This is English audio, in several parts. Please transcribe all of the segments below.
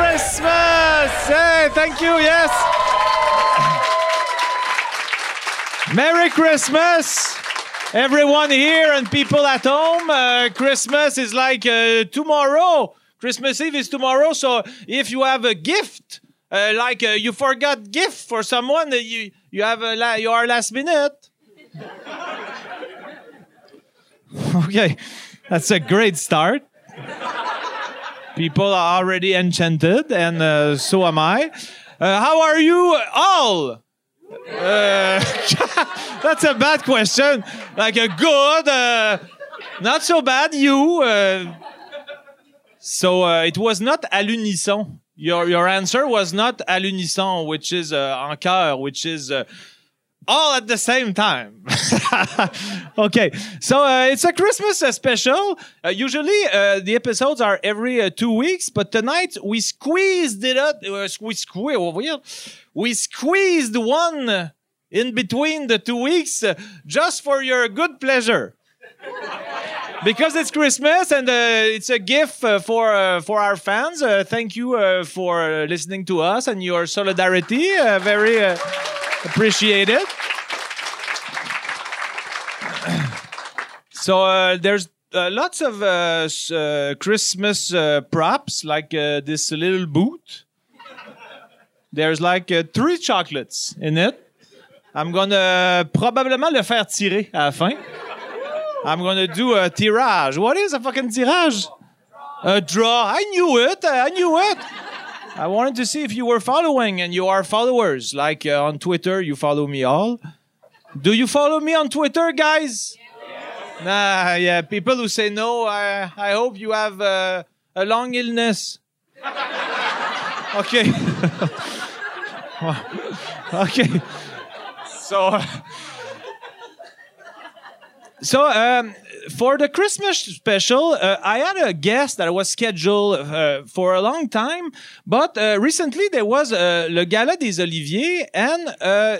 Christmas! Hey, thank you, yes! Merry Christmas! Everyone here and people at home, uh, Christmas is like uh, tomorrow. Christmas Eve is tomorrow, so if you have a gift, uh, like uh, you forgot gift for someone, uh, you you have a la- you are last minute. okay, that's a great start. People are already enchanted, and uh, so am I. Uh, how are you all? Uh, that's a bad question. Like a good, uh, not so bad. You. Uh, so uh, it was not à l'unisson. Your your answer was not à l'unisson, which is uh, en chœur, which is uh, all at the same time. okay, so uh, it's a Christmas uh, special. Uh, usually uh, the episodes are every uh, two weeks, but tonight we squeezed it out. Uh, we squeezed. We squeezed one uh, in between the two weeks uh, just for your good pleasure because it's Christmas and uh, it's a gift uh, for uh, for our fans. Uh, thank you uh, for uh, listening to us and your solidarity. Uh, very uh, appreciated. So uh, there's uh, lots of uh, s- uh, Christmas uh, props like uh, this little boot. There's like uh, three chocolates in it. I'm gonna probablement le faire tirer à la fin. I'm gonna do a tirage. What is a fucking tirage? A draw. I knew it. I knew it. I wanted to see if you were following, and you are followers. Like uh, on Twitter, you follow me all. Do you follow me on Twitter, guys? Nah, yeah. People who say no, I, I hope you have uh, a long illness. okay. okay. So. So um, for the Christmas special, uh, I had a guest that was scheduled uh, for a long time, but uh, recently there was uh, Le Gala des Oliviers, and uh,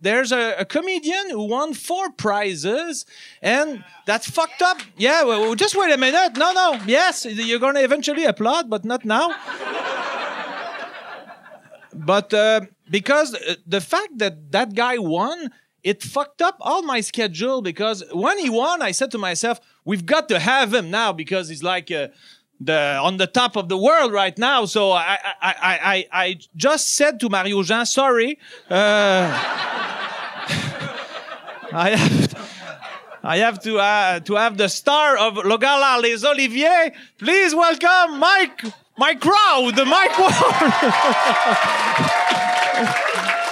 there's a, a comedian who won four prizes, and that's fucked up. Yeah, well, well, just wait a minute. No, no. Yes, you're going to eventually applaud, but not now but uh, because uh, the fact that that guy won it fucked up all my schedule because when he won i said to myself we've got to have him now because he's like uh, the on the top of the world right now so i i i i, I just said to mario jean sorry uh, i have I have to uh, to have the star of Logala Les Oliviers. Please welcome Mike, my crowd, Mike Ward.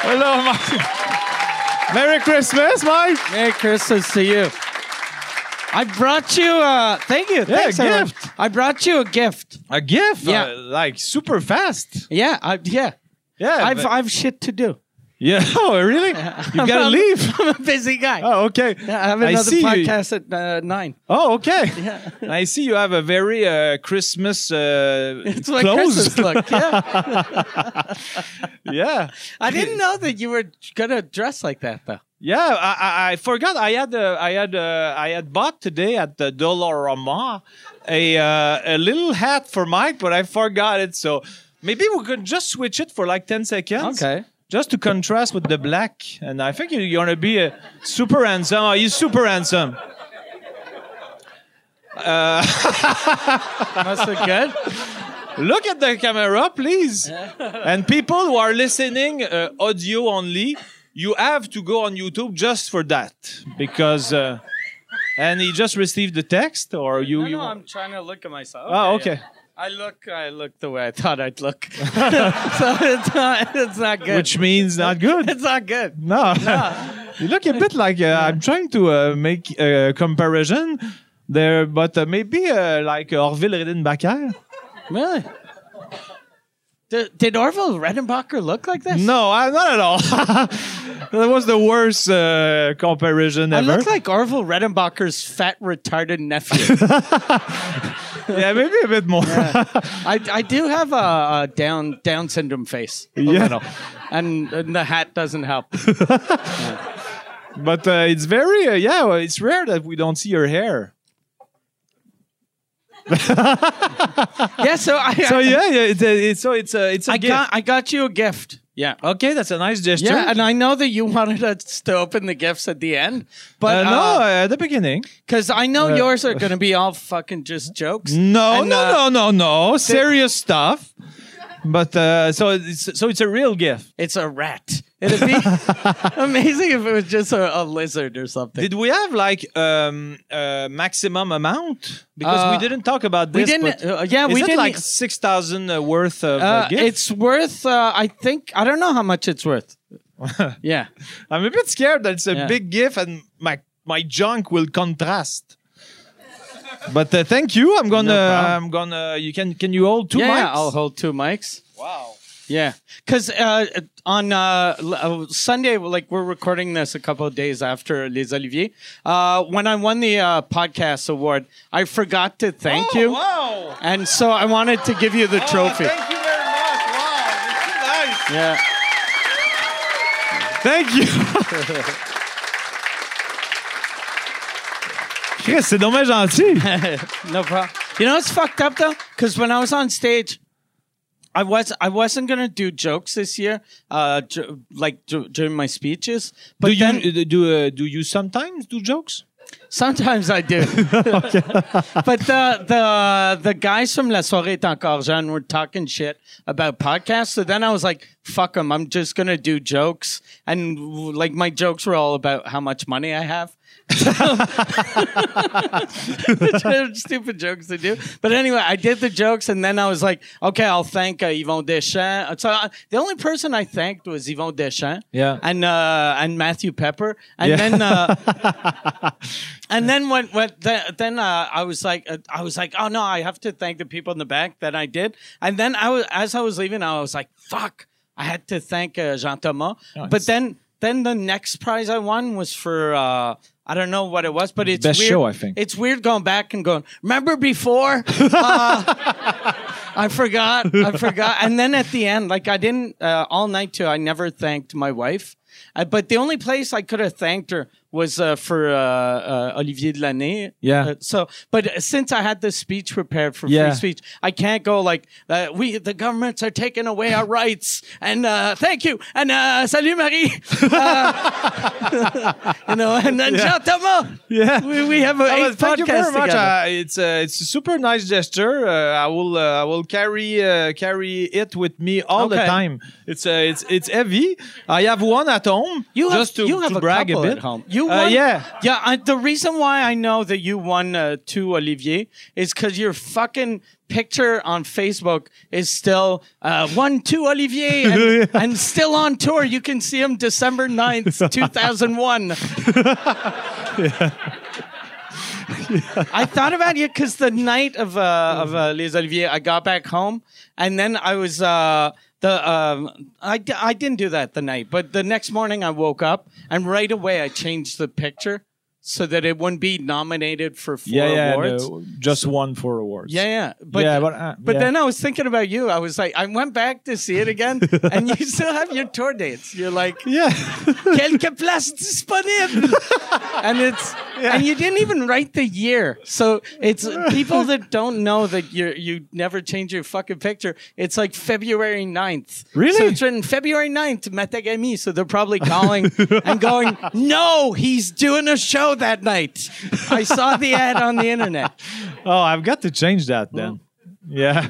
Hello, Mike. Merry Christmas, Mike. Merry Christmas to you. I brought you. Uh, thank you. Thanks, everyone. gift. I brought you a gift. A gift, Yeah. uh, like super fast. Yeah, I, yeah. Yeah, I've but- I've shit to do. yeah. Oh, really? You gotta leave. I'm a busy guy. Oh, okay. Yeah, I have I another see you- podcast at uh, nine. Oh, okay. Yeah. I see you have a very uh, Christmas uh, It's my clothes. Christmas look. Yeah. yeah. I didn't know that you were gonna dress like that though. Yeah, I, I, I forgot. I had uh, I had uh, I had bought today at the Dollarama a uh, a little hat for Mike, but I forgot it. So maybe we could just switch it for like ten seconds. Okay. Just to contrast with the black, and I think you- you're gonna be uh, super handsome. Are you super handsome? Must look good. Look at the camera, please. and people who are listening uh, audio only, you have to go on YouTube just for that because. Uh, and he just received the text, or you? you trying to look at myself. oh, okay. I look. I look the way I thought I'd look. so it's not. It's not good. Which means not good. it's not good. No. you look a bit like uh, I'm trying to uh, make a comparison there, but uh, maybe uh, like Orville Redenbacher. Really? Did, did Orville Redenbacher look like this? No, I, not at all. that was the worst uh, comparison I ever. look like Orville Redenbacher's fat retarded nephew. yeah, maybe a bit more. I, I do have a, a down Down syndrome face, a Yeah. little, and, and the hat doesn't help. But uh, it's very, uh, yeah, well, it's rare that we don't see your hair. yeah, so I, So yeah, I, yeah, it's a, it's, so it's a, it's a I gift. got I got you a gift. Yeah. Okay, that's a nice gesture. Yeah, and I know that you wanted us to open the gifts at the end, Uh, but no, uh, at the beginning. because I know yours are going to be all fucking just jokes. No, And, no, uh, no, no, no. Serious stuff. But uh, so it's, so it's a real gift. It's a rat. It'd be amazing if it was just a, a lizard or something. Did we have like um uh, maximum amount? Because Uh, we didn't talk about we this. didn't- but uh, yeah, is we it didn't- like six thousand uh, worth of uh, uh, gift? it's worth, uh, I think, I don't know how much it's worth. yeah. I'm a bit scared that it's a Yeah. big gift and my my junk will contrast. But uh, thank you. I'm gonna. problem. I'm gonna. You can. Can you hold two yeah, mics? yeah, I'll hold two mics. wow. Yeah, because uh, on uh, l- uh, Sunday, like we're recording this a couple of days after Les Oliviers. Uh, when I won the uh, podcast award, I forgot to thank Oh, you, Wow. and so I wanted to give you the Oh, trophy. thank you very much. Wow. This is nice. yeah, Thank you. Chris, c'est dommage gentil. no problem. You know it's fucked up though, because when I was on stage. I was I wasn't gonna do jokes this year, uh, ju- like ju- during my speeches. But do you then do uh, do you sometimes do jokes? Sometimes I do. but the the the guys from La Soirée est encore jeune were talking shit about podcasts. So then I was like, fuck them. I'm just going to do jokes. And like my jokes were all about how much money I have. Which are stupid jokes to do. But anyway, I did the jokes and then I was like, okay, I'll thank uh, Yvon Deschamps. So I, the only person I thanked was Yvon Deschamps Yeah. and uh, and Matthew Pepper. And Yeah. then uh, and then when, when the, then uh, I was like uh, I was like oh no I have to thank the people in the back that I did and then I was as I was leaving I was like fuck I had to thank uh, Jean Thomas but Nice. then then the next prize I won was for uh, I don't know what it was but it's Best weird. show, I think. it's weird going back and going remember before I forgot. I forgot. And then at the end, like I didn't uh, all night too. I never thanked my wife, uh, but the only place I could have thanked her was uh, for uh, uh, Olivier de l'année. Yeah. Uh, so, but uh, since I had the speech prepared for Yeah. free speech, I can't go like uh, we. The governments are taking away our rights. And uh, thank you. And uh, salut Marie. Uh, you know. And then Jean Thomas. Yeah. We, we have a Oh, eight thank you very podcasts much. Uh, together. it's uh, it's a super nice gesture. Uh, I will uh, I will carry uh, carry it with me all the Okay. time. It's uh, it's it's heavy. I have one at home. You have, just to, you have to a brag couple a bit. at home. You Uh, won, yeah. yeah. I, the reason why I know that you won uh, two Olivier is because your fucking picture on Facebook is still uh, one two Olivier and, and still on tour. You can see him December 9th, two thousand one. I thought about you because the night of uh, of uh, Les Olivier, I got back home and then I was uh, the um, I d- I didn't do that the night, but the next morning I woke up and right away I changed the picture so that it wouldn't be nominated for four Yeah, yeah, awards. no, just one for awards. Yeah, yeah, but Yeah, but, uh, yeah. then I was thinking about you. I was like, I went back to see it again, and you still have your tour dates. You're like, yeah. quelques places disponibles. and it's and you didn't even write the year. So it's people that don't know that you you never change your fucking picture. It's like February 9th. Really? So it's written February 9th, Matagami. So they're probably calling and going, "No, he's doing a show that night." I saw the ad on the internet. Oh, I've got to change that then. Yeah.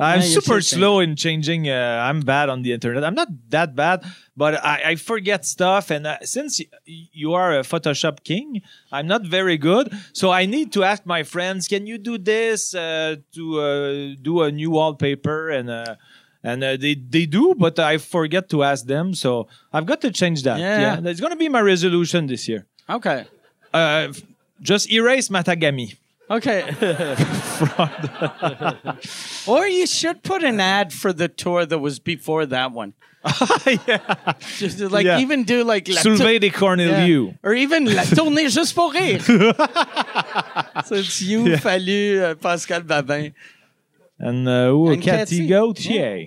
I'm Yeah, you super should change slow in changing. Uh, I'm bad on the internet. I'm not that bad, but I, I forget stuff. And uh, since y- you are a Photoshop king, I'm not very good. So I need to ask my friends, can you do this uh, to uh, do a new wallpaper? And uh, and uh, they they do, but I forget to ask them. So I've got to change that. Yeah. yeah. that's gonna be my resolution this year. Okay. Uh, f- just erase Matagami. Okay. or you should put an ad for the tour that was before that one. yeah. Just like Yeah. even do like la Soulever des Corneliu. Yeah. Or even la tournée juste pour rire. so it's you, Fallu, uh, Pascal Babin. And uh, who? And Cathy Cathy. Gauthier.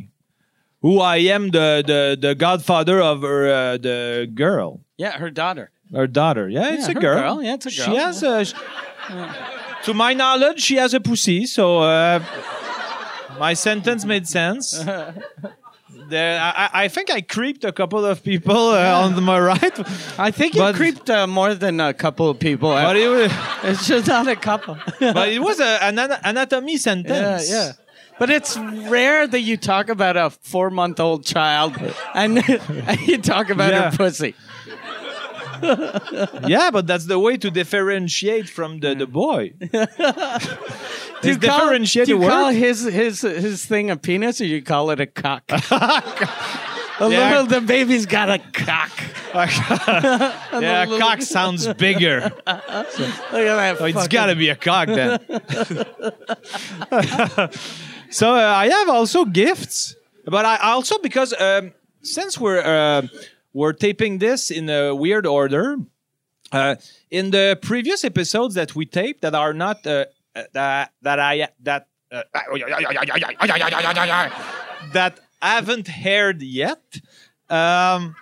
Who I am the, the, the godfather of her, uh, the girl, Yeah, her daughter. her daughter. Yeah, it's Yeah, a her girl. girl. Yeah, it's a girl. She has a. sh- to my knowledge, she has a pussy, so uh, my sentence made sense. There, I, I- I think I creeped a couple of people uh, on my right. I think you But- creeped uh, more than a couple of people. But it was, it's just not a couple. but it was a, an ana- anatomy yeah, sentence. yeah. But it's rare that you talk about a four-month-old child and, and you talk about Yeah. her pussy. Yeah, but that's the way to differentiate from the, the boy. Do you Mm. call, differentiate do you a word? call his his his thing a penis, or you call it a cock? a little, the baby's got a cock. yeah, little- cock sounds bigger. Look at that. Oh, it's fucking- got to be a cock then. so uh, I have also gifts, but I also because um, since we're uh, we're taping this in a weird order, uh, in the previous episodes that we taped that are not uh, uh, that that I that uh, that haven't heard yet. Um,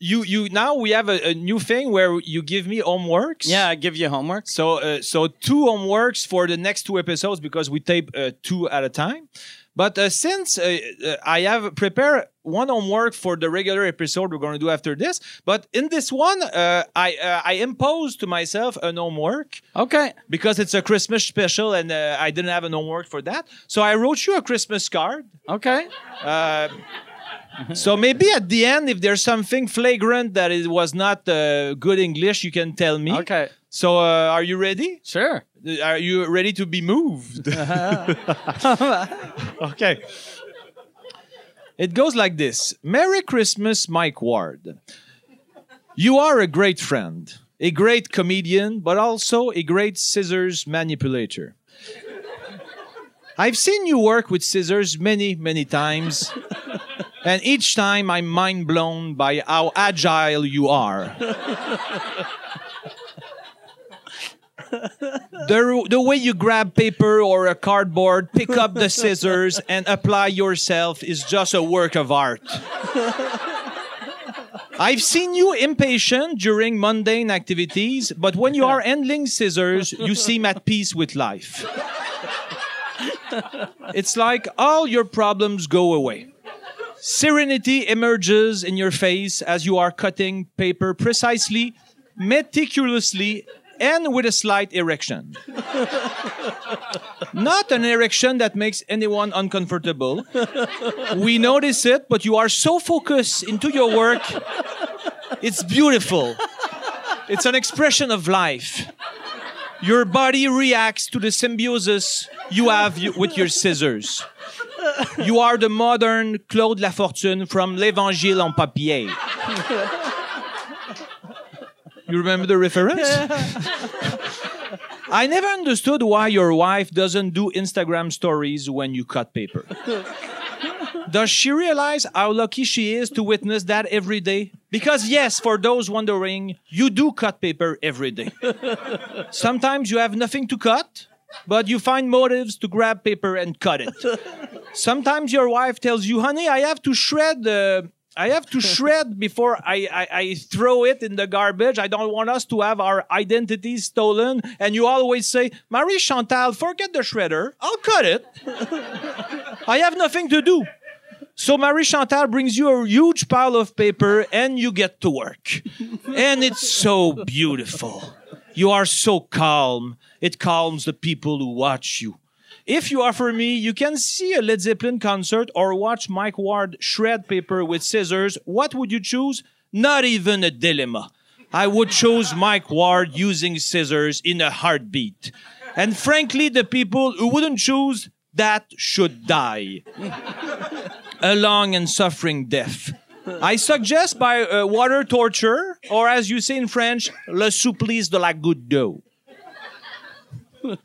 you you now we have a, a new thing where you give me homeworks. Yeah, I give you homework. So, uh, so two homeworks for the next two episodes because we tape uh, two at a time. But uh, since uh, uh, I have prepared one homework for the regular episode we're going to do after this, but in this one, uh, I uh, I imposed to myself an homework Okay. because it's a Christmas special and uh, I didn't have an homework for that. So I wrote you a Christmas card. Okay. Uh, so maybe at the end, if there's something flagrant that it was not uh, good English, you can tell me. Okay. So uh, are you ready? Sure. Are you ready to be moved? okay. It goes like this Merry Christmas, Mike Ward. You are a great friend, a great comedian, but also a great scissors manipulator. I've seen you work with scissors many, many times, and each time I'm mind blown by how agile you are. the, the way you grab paper or a cardboard, pick up the scissors, and apply yourself is just a work of art. I've seen you impatient during mundane activities, but when you are handling scissors, you seem at peace with life. It's like all your problems go away. Serenity emerges in your face as you are cutting paper precisely, meticulously, and with a slight erection. Not an erection that makes anyone uncomfortable. We notice it, but you are so focused into your work. It's beautiful. It's an expression of life. Your body reacts to the symbiosis you have y- with your scissors. You are the modern Claude Lafortune from L'Evangile en papier. You remember the reference? I never understood why your wife doesn't do Instagram stories when you cut paper. Does she realize how lucky she is to witness that every day? Because, yes, for those wondering, you do cut paper every day. Sometimes you have nothing to cut, but you find motives to grab paper and cut it. Sometimes your wife tells you, honey, I have to shred the. I have to shred before I, I, I throw it in the garbage. I don't want us to have our identities stolen. And you always say, Marie Chantal, forget the shredder. I'll cut it. I have nothing to do. So Marie Chantal brings you a huge pile of paper and you get to work. and it's so beautiful. You are so calm. It calms the people who watch you. If you offer me, you can see a Led Zeppelin concert or watch Mike Ward shred paper with scissors. What would you choose? Not even a dilemma. I would choose Mike Ward using scissors in a heartbeat. And frankly, the people who wouldn't choose that should die a long and suffering death. I suggest by uh, water torture, or as you say in French, le supplice de la goutte d'eau.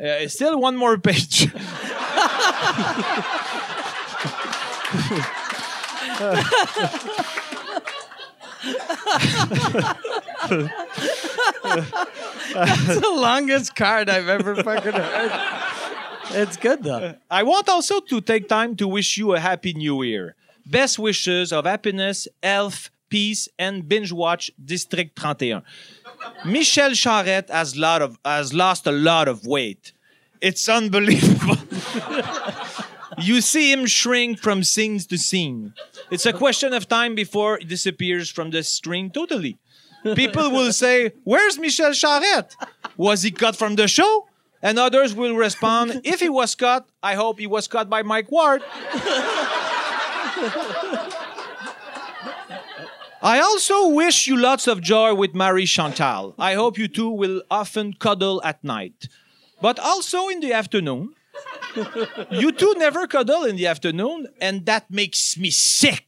Uh, still one more page. It's the longest card I've ever fucking heard. It's good though. I want also to take time to wish you a happy new year. Best wishes of happiness, health, peace, and binge watch District 31. Michel Charette has lot of has lost a lot of weight. It's unbelievable. you see him shrink from scene to scene. It's a question of time before it disappears from the screen totally. People will say, "Where's Michel Charette? Was he cut from the show?" And others will respond, "If he was cut, I hope he was cut by Mike Ward." I also wish you lots of joy with Marie Chantal. I hope you two will often cuddle at night, but also in the afternoon. you two never cuddle in the afternoon, and that makes me sick.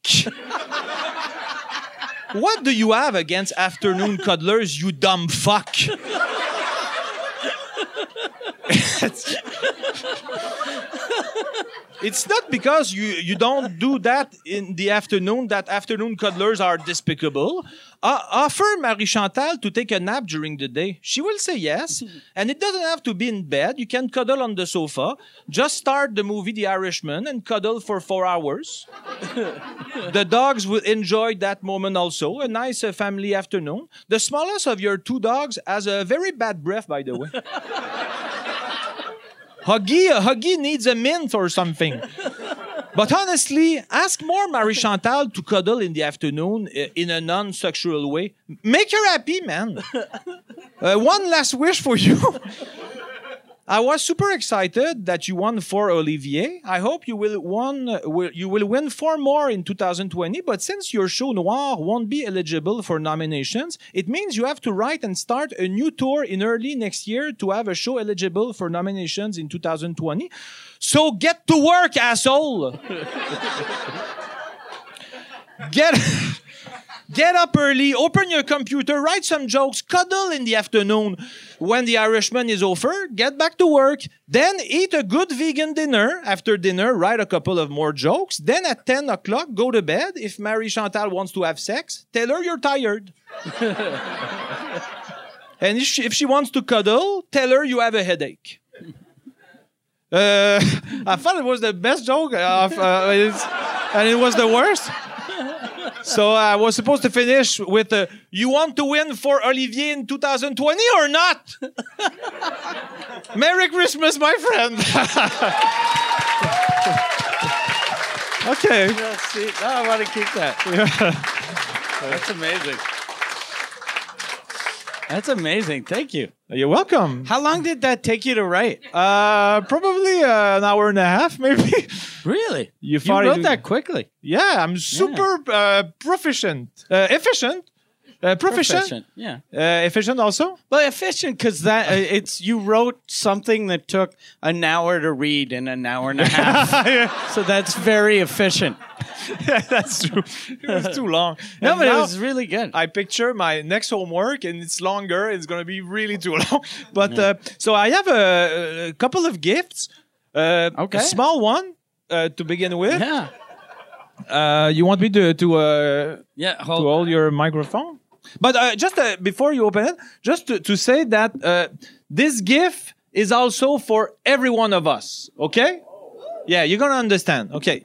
what do you have against afternoon cuddlers, you dumb fuck? It's- it's not because you, you don't do that in the afternoon that afternoon cuddlers are despicable. Uh, offer Marie Chantal to take a nap during the day. She will say yes. And it doesn't have to be in bed. You can cuddle on the sofa. Just start the movie The Irishman and cuddle for four hours. the dogs will enjoy that moment also. A nice uh, family afternoon. The smallest of your two dogs has a very bad breath, by the way. Huggy, uh, Huggy needs a mint or something. But honestly, ask more Marie Chantal to cuddle in the afternoon uh, in a non sexual way. Make her happy, man. Uh, one last wish for you. I was super excited that you won for Olivier. I hope you will, won, uh, will, you will win four more in 2020. But since your show Noir won't be eligible for nominations, it means you have to write and start a new tour in early next year to have a show eligible for nominations in 2020. So get to work, asshole! get get up early, open your computer, write some jokes, cuddle in the afternoon when the Irishman is over, get back to work, then eat a good vegan dinner. After dinner, write a couple of more jokes. Then at 10 o'clock, go to bed. If Marie Chantal wants to have sex, tell her you're tired. and if she, if she wants to cuddle, tell her you have a headache. Uh, I thought it was the best joke of, uh, it's- and it was the worst. So I was supposed to finish with uh, you want to win for Olivier in 2020 or not? Merry Christmas, my friend. okay. see, no, I want to keep that. That's amazing. That's amazing. Thank you. You're welcome. How long did that take you to write? Uh, probably uh, an hour and a half, maybe. Really? You You thought wrote it- that quickly. Yeah, I'm super uh, proficient, uh, efficient, uh, proficient, Yeah. Uh, efficient also. Well, efficient because that uh, it's you wrote something that took an hour to read in an hour and a half. yeah, so that's very efficient. that's true. It was too long. No, And but it now- was really good. I picture my next homework, and it's longer. It's gonna be really too long. But uh, so I have a, a couple of gifts. Uh, Okay. A small one uh, to begin with. yeah. Uh, you want me to to uh, Yeah. to Hold. hold your microphone? But uh, just uh, before you open it, just to, to say that uh, this gift is also for every one of us. Okay? Yeah, you're gonna understand. Okay.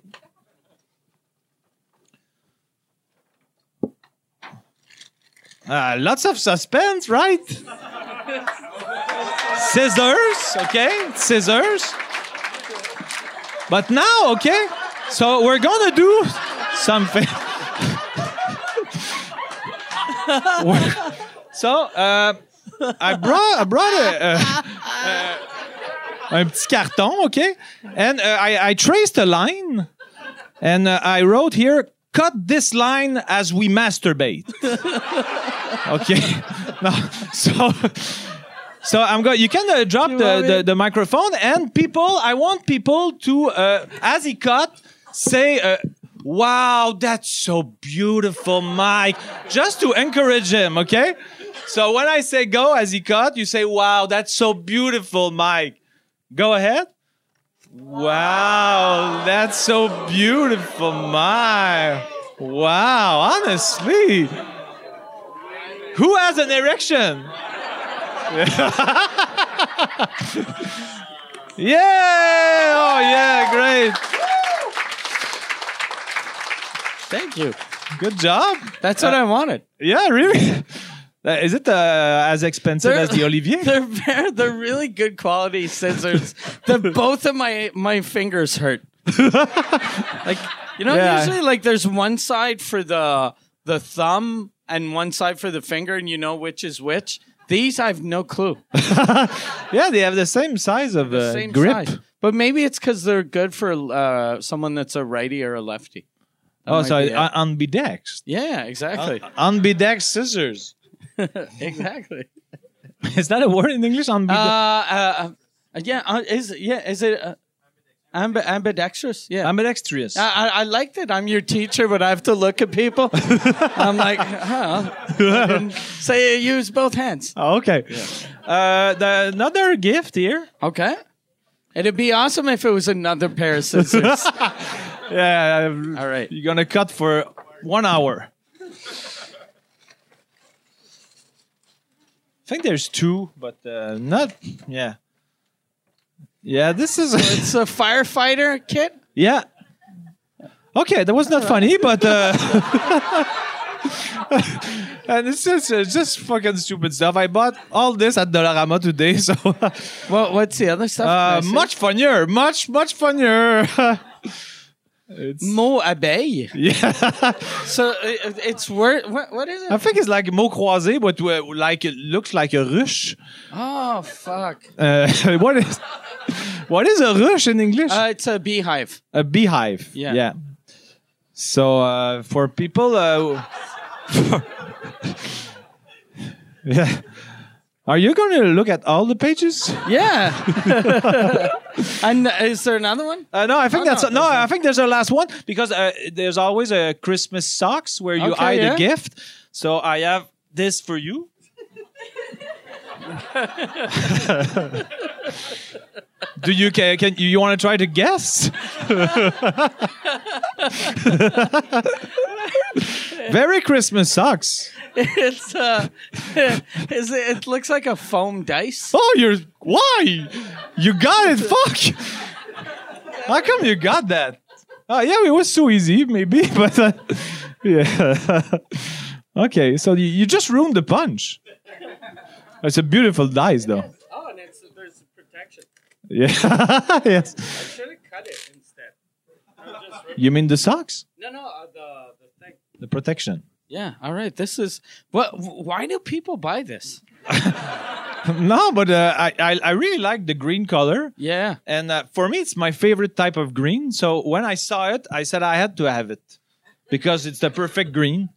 Uh, lots of suspense, right? Scissors, okay? Scissors. But now, okay? So we're gonna do something. so, uh, I brought, I brought a, a, a, petit carton, okay? And uh, I, I traced a line and uh, I wrote here, cut this line as we masturbate. okay? No, so. So I'm going. You can uh, drop the, want me- the, the microphone and people. I want people to, uh, as he cut, say, uh, "Wow, that's so beautiful, Mike," just to encourage him. Okay. So when I say go as he cut, you say, "Wow, that's so beautiful, Mike." Go ahead. Wow, that's so beautiful, Mike. Wow, honestly. Who has an erection? Yeah! Oh, yeah, great. Thank you. Good job. That's what I wanted. Yeah, really. Uh, is it uh, as expensive as the Olivier? They're very, they're really good quality scissors. the both of my my fingers hurt. like you know, Yeah. usually like there's one side for the the thumb and one side for the finger, and you know which is which. These I have no clue. Yeah, they have the same size of uh, Same grip. size. But maybe it's because they're good for uh, someone that's a righty or a lefty. That Oh, might so be it. uh, ambidextrous. yeah, exactly, Ambidextrous scissors. exactly. Is that a word in English? Uh, Ambidex- uh, uh, yeah, uh, is yeah, is it uh, amb- ambidextrous? Yeah, ambidextrous. I, I- I like that I'm your teacher, but I have to look at people. I'm like, huh? I didn't Say you use both hands. Oh, okay. Uh, the, another gift here. Okay. It'd be awesome if it was another pair of scissors. Yeah. All right. You're gonna cut for one hour. I think there's two, but uh, not. Yeah. Yeah. This is. It's a firefighter kit. yeah. Okay, that was not funny, but. Uh, And it's just, it's just fucking stupid stuff. I bought all this at Dollarama today, so What, what's the other stuff? Uh, Can I see? much funnier, much much funnier. it's Mot abeille. yeah. So it, it's word. What, what is I it? think it's like mot croisé, but uh, like it looks like a ruche. Oh fuck! Uh, what is what is a ruche in English? Uh, it's a beehive. a beehive. yeah. Yeah. So uh, for people, uh, yeah. Are you going to look at all the pages? Yeah. and uh, is there another one? Uh, no, I think Oh, that's no, no. I think there's a last one because uh, there's always a Christmas socks where you Okay, hide yeah. a gift. So I have this for you. Do you can, can you, want to try to guess? Very Christmas socks. It's uh, is it, it looks like a foam dice. Oh, you're why? You got it. Fuck. How come you got that? Oh yeah, it was so easy, maybe, but uh, yeah. okay, so you, you just ruined the punch. It's a beautiful dice, though. Oh, and it's there's protection. Yeah. yes. Should have cut it instead. You mean the socks? No, no, uh, the the thing. The protection. Yeah. All right. This is what. Why do people buy this? No, but uh, I, I I really like the green color, Yeah. and uh, for me it's my favorite type of green. So when I saw it, I said I had to have it because it's the perfect green.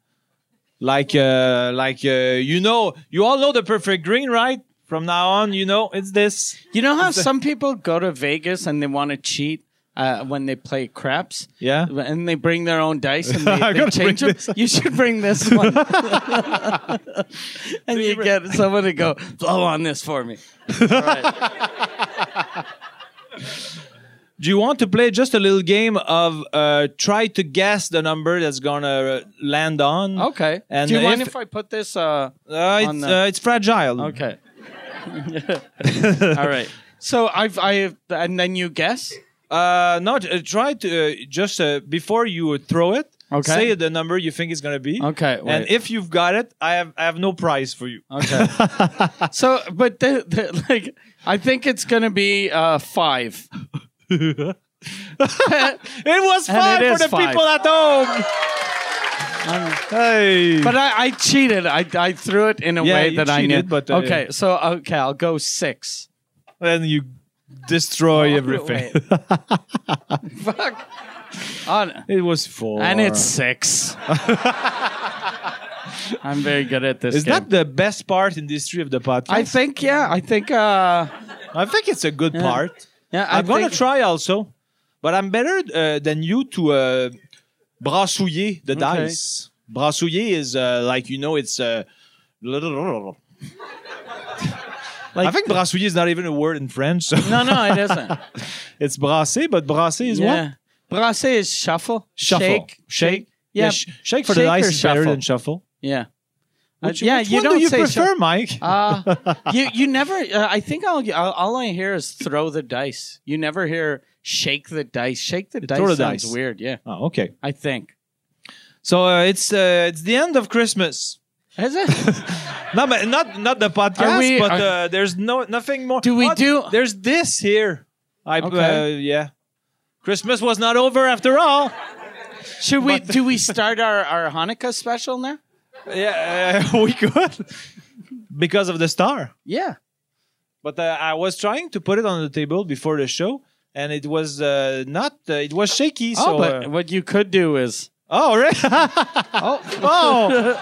Like uh, like uh, you know, you all know the perfect green, right? From now on, you know it's this. You know how some people go to Vegas and they want to cheat uh, when they play craps. Yeah. And they bring their own dice and I they, they gotta change bring them. this. You should bring this one. and you get someone to go blow on this for me. Do you want to play just a little game of uh, try to guess the number that's gonna uh, land on? Okay. And Do you if, mind if I put this? Uh, uh, on it's, the- uh, it's fragile? okay. All right. So I've I and then you guess. Uh, no, uh, try to uh, just uh, before you throw it, Okay. say the number you think it's gonna be. Okay, And wait. if you've got it, I have I have no prize for you. Okay. so, but the, the, like, I think it's gonna be uh, five. It was And fun it for is the five. people at home. hey. But I, I cheated. I, I threw it in a Yeah, way you that I knew. cheated, but, uh, okay, so okay, I'll go six. and you destroy Oh, everything. Fuck. On, it was four. and it's six. I'm very good at this. is game. that the best part in the history of the podcast? I think yeah. I think uh, I think it's a good part. yeah. I I'm gonna think- try also, but I'm better uh, than you to uh, brassouiller the dice. Brassouiller is uh, like you know it's. Uh, I Like- think brassouiller is not even a word in French. So No, no, it isn't. it's brasser, but brasser is what? yeah. Brasser is shuffle. Shuffle. Shake. Shake. Yeah. sh- shake for the shake dice or is better shuffle. than shuffle. Yeah. Uh, Which, yeah, which you one don't do you say prefer, shuffle. Mike? Uh, you you never. Uh, I think I'll, I'll. All I hear is throw the dice. You never hear shake the dice. Shake the dice the sounds dice. weird. Yeah, oh, okay. I think. So uh, it's uh, it's the end of Christmas. Is it? No, but not not the podcast, Are we- but are- uh, there's no nothing more. Do we Oh, do- There's this here. I uh, Okay. yeah. Christmas was not over after all. Should we? do we start our, our Hanukkah special now? Yeah, uh, we could because of the star. Yeah. But uh, I was trying to put it on the table before the show, and it was uh, not. Uh, it was shaky. Oh, so, uh, but what you could do is oh, right. oh, oh,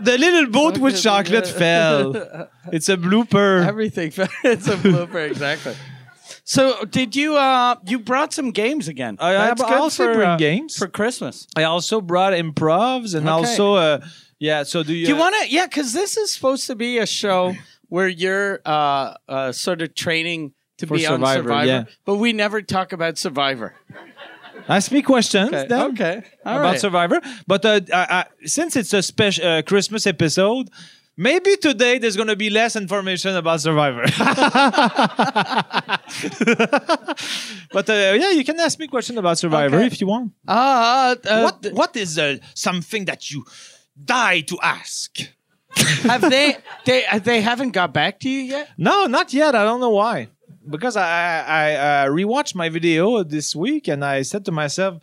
the little boat with chocolate fell. It's a blooper. everything. it's a blooper, exactly. So did you? Uh, you brought some games again. I- I b- I also for, uh, bring games. for Christmas. I also brought improvs and Okay. also uh, yeah. So do you? Do you want to? Yeah, because this is supposed to be a show where you're uh, uh, sort of training to For be on Survivor, Survivor, yeah. but we never talk about Survivor. ask me questions then okay. All about right. Survivor. But uh, I, I, since it's a special uh, Christmas episode, maybe today there's going to be less information about Survivor. but uh, yeah, you can ask me questions about Survivor Okay. if you want. Ah, uh, what th- What is uh, something that you die to ask? have they? They uh, they haven't got back to you yet. No, not yet. I don't know why. Because I I, I uh, rewatched my video this week and I said to myself,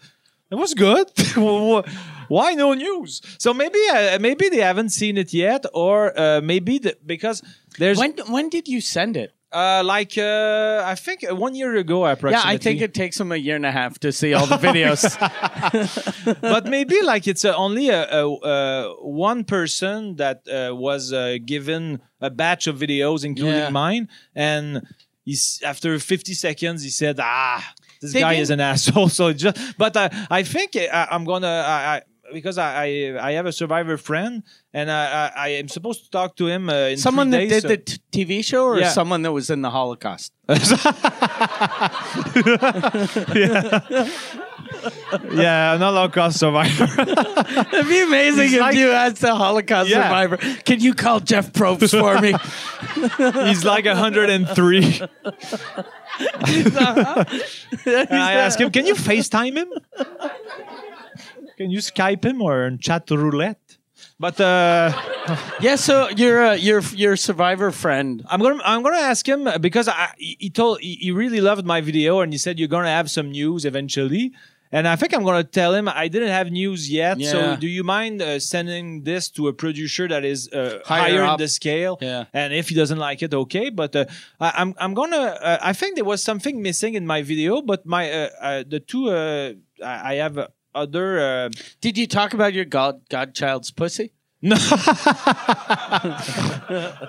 it was good. why no news? So maybe uh, maybe they haven't seen it yet, or uh, maybe the, because there's When when did you send it? uh, like uh, I think one year ago Yeah, approximately. I think it takes them a year and a half to see all the videos. but maybe like it's uh, only a, a, uh one person that uh, was uh, given a batch of videos, including Yeah. mine, and he's after 50 seconds he said, "Ah, this They guy didn't- is an asshole." So it just, but I, I think I, I'm gonna. I, I, because I, I I have a survivor friend and I I, I am supposed to talk to him uh, in three someone that days, did so- the t- TV show, or Yeah. someone that was in the Holocaust. yeah an Holocaust survivor It'd be amazing He's if like- you asked a Holocaust Yeah. survivor. Can you call Jeff Probst for me? he's like 103 And I asked him, "Can you FaceTime him? Can you Skype him or on chat roulette?" But uh, Yeah, so your uh, your your survivor friend. I'm gonna I'm gonna ask him uh, because I, he he told he, he really loved my video and he said you're gonna have some news eventually. And I think I'm gonna tell him I didn't have news yet. So Yeah. do you mind uh, sending this to a producer that is uh, Higher higher, in up. the scale? Yeah. And if he doesn't like it, okay. But uh, I, I'm I'm gonna uh, I think there was something missing in my video, but my uh, uh, the two uh, I, I have uh, other. Uh, Did you talk about your god godchild's pussy? No.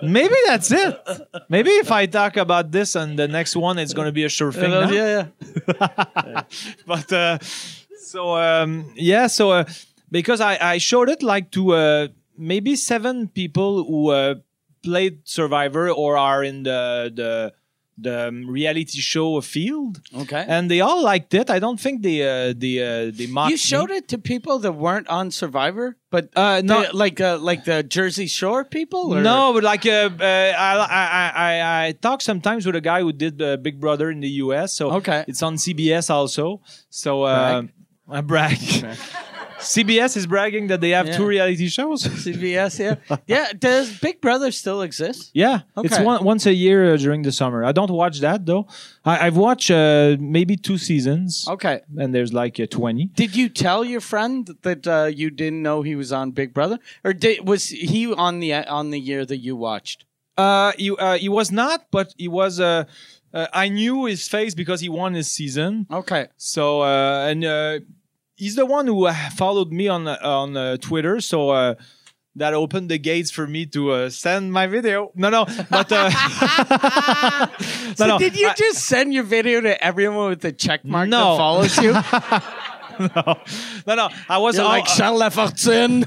Maybe that's it. Maybe if I talk about this and the next one, it's going to be a sure thing. Uh, now. yeah, But uh, so um, yeah, so uh, because I, I showed it like to uh, maybe seven people who uh, played Survivor or are in the the the um, reality show field, yeah. Okay. and they all liked it. I don't think they uh, they uh, they mocked you showed me. it to people that weren't on Survivor, but Uh, no, the- like uh, like the Jersey Shore people. Or? No, but like uh, uh, I, I, I, I talk sometimes with a guy who did uh, Big Brother in the U.S. So Okay. it's on CBS also. So uh, I brag. CBS is bragging that they have two Yeah. reality shows. CBS. Yeah, yeah. Does Big Brother still exist? yeah, it's Okay. one, once a year uh, during the summer. I don't watch that though. I, I've watched uh, maybe two seasons, Okay. and there's like uh, twenty. Did you tell your friend that uh, you didn't know he was on Big Brother, or did, was he on the on the year that you watched? Uh, he, uh, he was not, but he was. Uh, uh, I knew his face because he won his season. Okay. So uh, and uh, he's the one who uh, followed me on uh, on uh, Twitter. So uh, that opened the gates for me to uh, send my video. No, no, but uh, So no, did you I- just send your video to everyone with a check mark No. that follows you? no, no, no. I was You're all- like Charles Lafortune.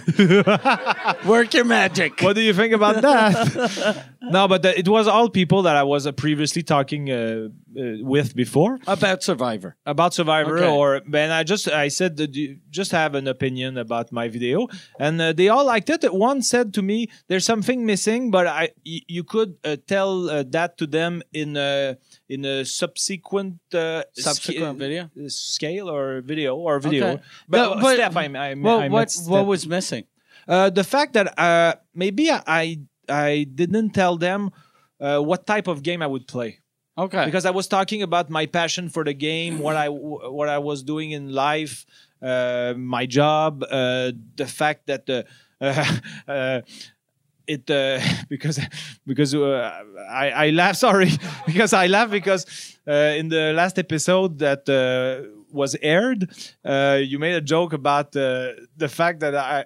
Work your magic. what do you think about that? no, but uh, it was all people that I was uh, previously talking uh, uh, with before. about Survivor? about survivor Okay. or and i just i said that you just have an opinion about my video and uh, they all liked it one said to me there's something missing but i y- you could uh, tell uh, that to them in a in a subsequent uh, Subsequent video? uh, scale or video or video Okay. but, No, but- step i, I, I Well, what meant what step. was missing? uh, the fact that uh, maybe I, I I didn't tell them uh, what type of game I would play Okay. because I was talking about my passion for the game, what I what I was doing in life, uh, my job, uh, the fact that the. Uh, uh, it uh, because because uh, I, I laugh sorry because I laugh because uh, in the last episode that uh, was aired uh, you made a joke about uh, the fact that I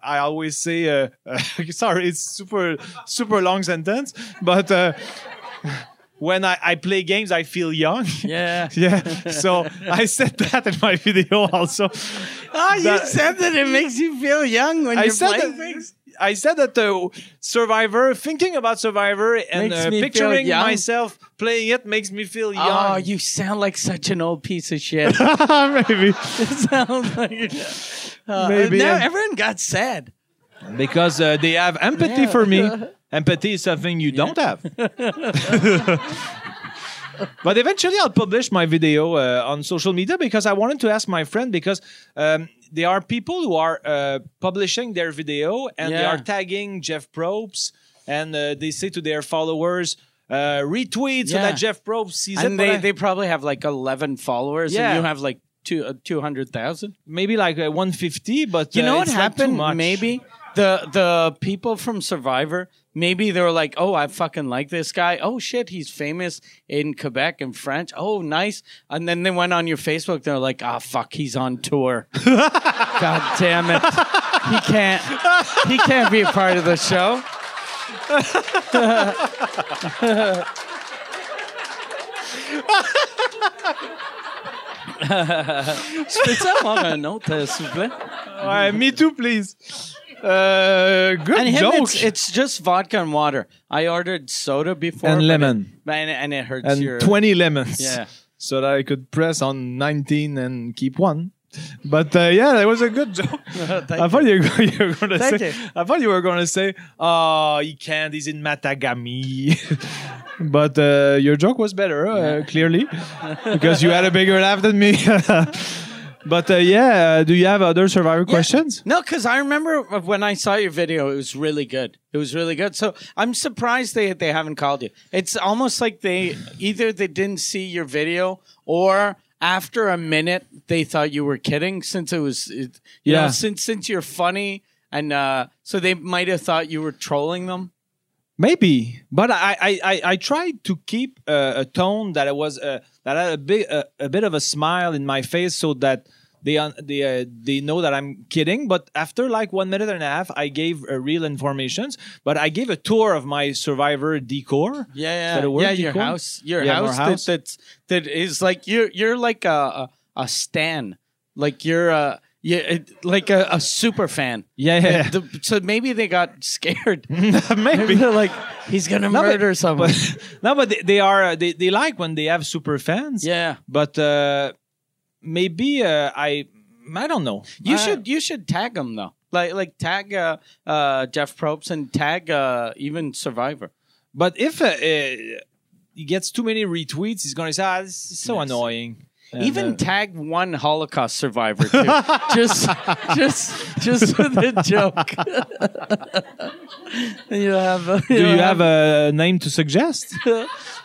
I always say uh, sorry it's super super long sentence but uh, when I, I play games I feel young yeah. yeah so I said that in my video also Oh, you That- said that it makes you feel young when I you're said playing that, things. I said that uh, Survivor, thinking about Survivor and Makes uh, me feel picturing young. myself playing it makes me feel young. Oh, you sound like such an old piece of shit. Maybe sounds like uh, Maybe, Now yeah. everyone got sad. because uh, they have empathy Yeah. for me. Empathy is something you don't have. but eventually, I'll publish my video uh, on social media because I wanted to ask my friend because um, there are people who are uh, publishing their video and they Yeah. are tagging Jeff Probst and uh, they say to their followers. Uh, retweet so Yeah. that Jeff Probst sees it. and but they, I- they probably have like 11 followers Yeah. and you have like two, uh, 200,000. maybe like uh, 150 but You uh, know what it's like too happened? much. Maybe the the people from Survivor, maybe they were like, "Oh, I fucking like this guy. Oh shit, he's famous in Quebec and French. Oh, nice." And then they went on your Facebook. They're like, "Ah, fuck, he's on tour. God damn it, he can't he can't be a part of the show." Je peux-tu avoir un autre, euh, s'il vous plaît? Ouais, me too please uh, good And him, joke it's, it's just vodka and water. I ordered soda before And but lemon. it- but- and, and it hurts and your 20 lemons. Yeah. So that I could press on 19 and keep one. But uh, yeah, that was a good joke. I Thank thought you were, you were gonna Thank say. you. I thought you were gonna say, "Oh, he can't. He's in Matagami." but uh, your joke was better, uh, clearly, because you had a bigger laugh than me. but uh, yeah, uh, do you have other Survivor questions? No, because I remember of when I saw your video, it was really good. It was really good. So I'm surprised they they haven't called you. It's almost like they either they didn't see your video or after a minute they thought you were kidding since it was it, you Yeah. know since since you're funny and uh, so they might have thought you were trolling them. Maybe, but I I, I, I tried to keep uh, a tone that I was uh, that had a big uh, a bit of a smile in my face so that they un- they uh, they know that I'm kidding. But after like one minute and a half, I gave uh, real informations. But I gave a tour of my survivor decor. Yeah, Is yeah, that a word, yeah. Your decor? house, your Yeah, house, our house. That, that's that is like you're you're like a a, a stan, like you're a yeah, it- like a, a super fan. Yeah, yeah, yeah. The- so maybe they got scared. maybe. They're like, he's gonna No, but- murder someone. But, no, but they, they are uh, they, they like when they have super fans. yeah, But uh, maybe uh, I I don't know. you I- should you should tag him though. Like like tag uh, uh, Jeff Probst and tag uh, even Survivor. But if uh, uh, he gets too many retweets, he's gonna say, "Ah, this is so Yes. annoying." And, Even uh, tag one Holocaust survivor too. just, just, just with a joke. you have. A, do you have a name to suggest?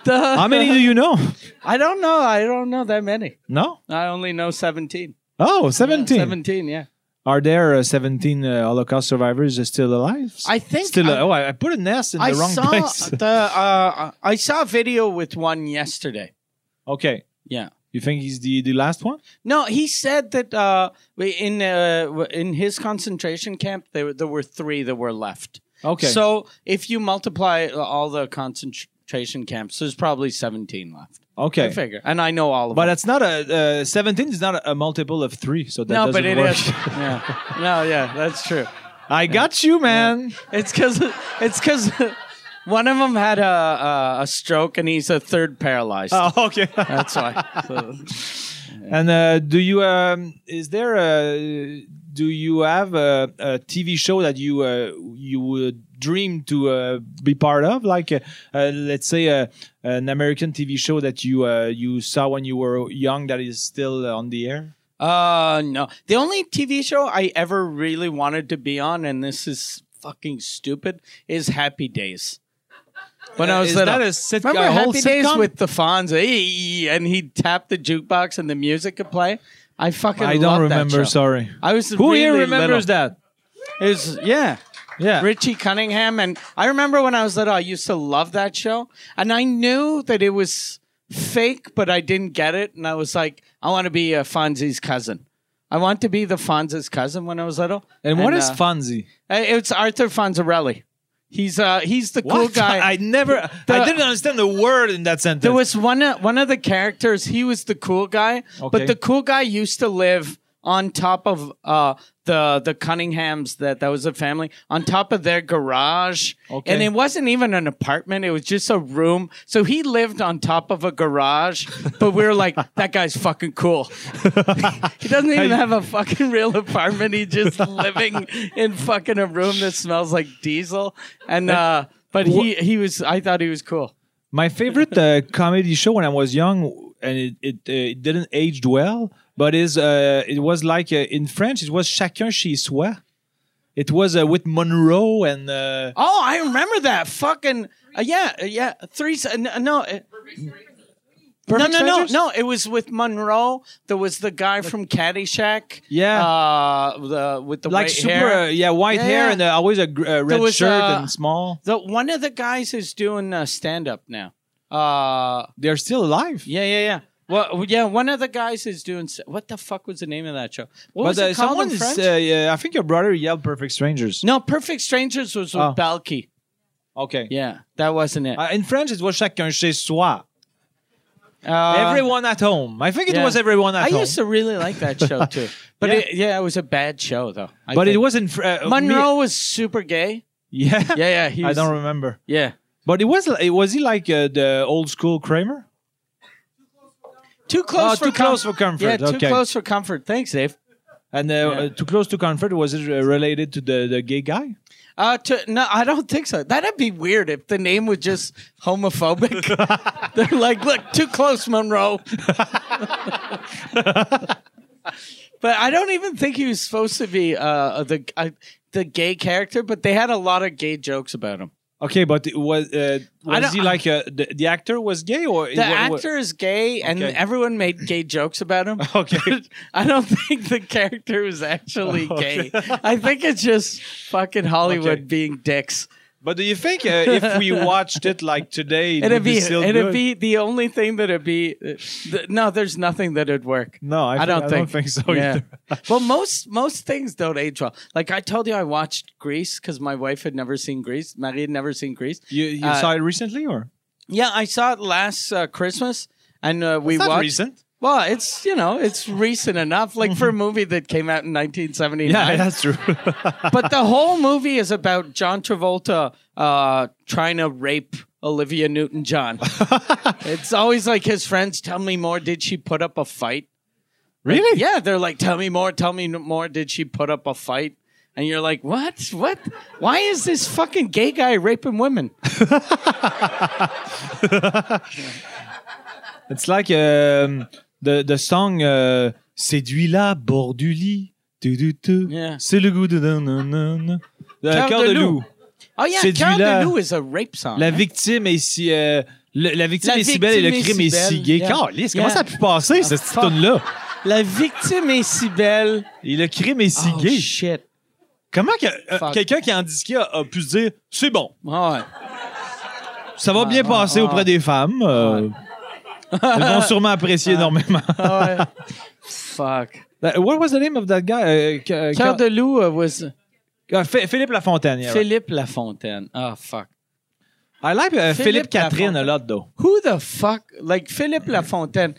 How many do you know? I don't know. I don't know that many. No. I only know seventeen. Oh, 17. Seventeen. Yeah. Are there uh, 17 uh, Holocaust survivors uh, still alive? I think Still, I- uh, oh, I, I put an S in I the wrong saw place. the. Uh, I saw a video with one yesterday. okay. Yeah. You think he's the, the last one? No, he said that uh, in uh, in his concentration camp there were- there were three that were left. Okay. So if you multiply uh, all the concentration camps, there's probably 17 left. I okay. figure, and I know all of But them. it's not a uh, 17 is not a, a multiple of three, so that no, doesn't but it is. work. yeah. No, yeah, that's true. I got you, man. It's because it's because one of them had a, a a stroke and he's a third paralyzed. Oh, okay. That's why. So- And uh, do you um, is there a do you have a, a TV show that you uh, you would dream to uh, be part of? Like uh, uh, let's say uh, an American TV show that you uh, you saw when you were young that is still on the air. Uh, no. The only TV show I ever really wanted to be on, and this is fucking stupid, is Happy Days. When I was Is little. that a sitcom- remember a whole Happy Days sitcom? with the Fonz, "Hey," and he'd tap the jukebox and the music could play. I fucking I don't loved that show. remember. Sorry. I was Who here really remembers little. that? It was yeah. Yeah. Richie Cunningham. And I remember when I was little, I used to love that show. And I knew that it was fake, but I didn't get it. And I was like, I want to be uh, Fonzie's cousin. I want to be the Fonz's cousin when I was little. and what is uh, Fonzie? uh, It's Arthur Fonzarelli. He's uh he's the cool What? guy. I never. I The- didn't understand the word in that sentence. There was one uh, one of the characters. He was the cool guy, Okay. but the cool guy used to live on top of uh, the the Cunninghams. That that was a family on top of their garage, Okay. and it wasn't even an apartment. It was just a room. So he lived on top of a garage. But we were like, that guy's fucking cool. he doesn't even have a fucking real apartment. He's just living in fucking a room that smells like diesel. And uh, but he he was. I thought he was cool. My favorite uh, comedy show when I was young, and it it, uh, it didn't age well, but is uh, it was like uh, in French, it was Chacun chez soi. It was uh, with Monroe and uh, Oh, I remember that fucking uh, yeah, uh, yeah. Three s- uh, n- uh, no. uh, no, no, no, Strangers? no! It was with Monroe. There was the guy from Caddyshack. Yeah. uh, the with the like white super hair. Uh, yeah white Yeah, hair yeah. and uh, always a gr- uh, red was, shirt uh, and small. the one of the guys is doing uh, stand up now. Uh, They're still alive. yeah, yeah, yeah. Well, yeah, one of the guys is doing. s- What the fuck was the name of that show? What was But uh, it called someone in is, French? uh, yeah, I think your brother yelled "Perfect Strangers." no, Perfect Strangers was with Oh. Balky. Okay. Yeah, that wasn't it. Uh, in French, it was chacun chez soi. Uh, everyone at home. I think it Yeah. was everyone at I home. used to really like that show too, but Yeah. yeah. It, yeah, it was a bad show though. I but it think. wasn't. Fr- uh, Monroe was super gay. me- yeah. Yeah, yeah, he I was, don't remember. Yeah, But it was. It was he like uh, the old school Kramer? too close. Oh, for Too Close for Comfort, Yeah, too okay. close for comfort. Thanks, Dave. And uh, uh, too close to comfort. Was it uh, related to the, the gay guy? Uh, to, no, I don't think so. That'd be weird if the name was just homophobic. They're like, look, too close, Monroe. but I don't even think he was supposed to be uh, the uh, the gay character. But they had a lot of gay jokes about him. Okay, but it was uh, was don't- he like uh, the, the actor was gay or The actor is gay, and Okay. everyone made gay jokes about him. Okay. I don't think the character was actually gay. I think it's just fucking Hollywood Oh, Okay. being dicks. But do you think uh, if we watched it like today, it It'd would be, be, still it'd good? be the only thing that'd be. th- no, there's nothing that'd work. No, I, I don't, I think. don't think so either. well, most most things don't age well. Like I told you, I watched Grease because my wife had never seen Grease. Marie had never seen Grease. You, you Uh, saw it recently or Yeah, I saw it last uh, Christmas, and uh, we It's not watched. recent? Well, it's you know it's recent enough, like for a movie that came out in 1979. Yeah, that's true. but the whole movie is about John Travolta uh, trying to rape Olivia Newton John. it's always like his friends tell me more. Did she put up a fight? really? Yeah, they're like, tell me more, tell me more. Did she put up a fight? And you're like, what? What? Why is this fucking gay guy raping women? It's like um, the the song uh, "Séduis-la, bord du lit, tu, tu, tu. Yeah. c'est le goût de nan, nan, nan. Le Cœur Euh, cœur de de loup. loup. Oh yeah, Séduis-la. Cœur de Loup is a rape song. La victime est si euh, le- la victime La est si belle et le victime est crime est si si belle. gay. Yeah. Calisse, comment Yeah. Ah, ça a pu passer cette fuck. tune là La victime est si belle. Et le crime est si oh gay. shit. Comment que, euh, Fuck. quelqu'un qui est handicapé a, a pu se dire c'est bon, Oh, ouais. ça Ah, va bien passer ouais, auprès des femmes. euh, Ah. Elles vont sûrement apprécier énormément. Oh, ouais. Fuck. Uh, What was the name of that guy? Uh, ca- Cœur de Loup uh, was ca- uh, Phi- Philippe Lafontaine. yeah, right. Philippe Lafontaine. Oh fuck. I like uh, Philippe Philippe Catherine a Lafontaine. lot though. Who the fuck like Philippe Lafontaine?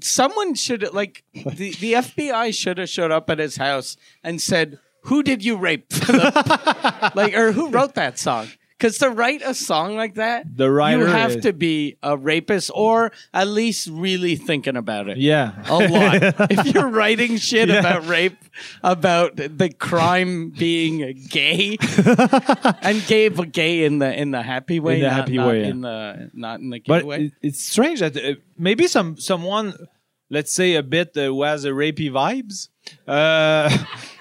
Someone should like the, the FBI should have showed up at his house and said, "Who did you rape?" like or who wrote that song? Because to write a song like that, The writer you have is- to be a rapist or at least really thinking about it. Yeah. a lot. if you're writing shit Yeah. about rape, about the crime being gay, and gay, but gay in the in the happy way, In the not, happy not way, yeah. in the not in the gay But way. it- it's strange that uh, maybe some someone let's say a bit uh, who has a rapey vibes. Uh,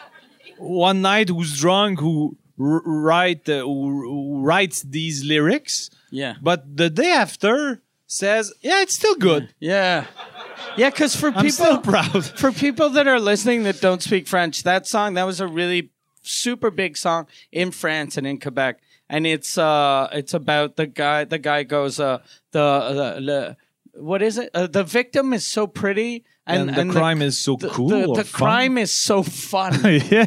one night who's drunk who r- write uh, who who writes these lyrics, Yeah. but the day after says, "Yeah, it's still good. Yeah. Yeah, because for I'm still people proud." for people that are listening that don't speak French, that song that was a really super big song in France and in Quebec, and it's uh it's about the guy. The guy goes uh the the, the what is it? Uh, the victim is so pretty, and, and, the crime is so the, cool. the, or the fun. crime is so fun. yeah.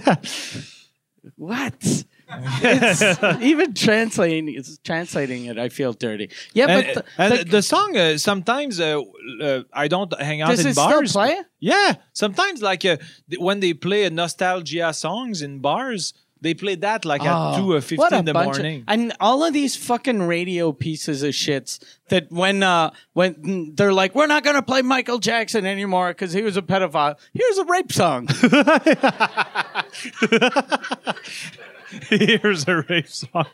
what? It's, even translating it's translating it, I feel dirty. Yeah, And, but the, and the- the, song uh, sometimes uh, uh, I don't hang out does in it still bars. play? Yeah, sometimes like uh, th- when they play uh, nostalgia songs in bars, they play that like Oh, at two uh, what fifteen a in the bunch of- morning. and all of these fucking radio pieces of shits that when uh when they're like, we're not gonna play Michael Jackson anymore because he was a pedophile. Here's a rape song. Here's a rave song.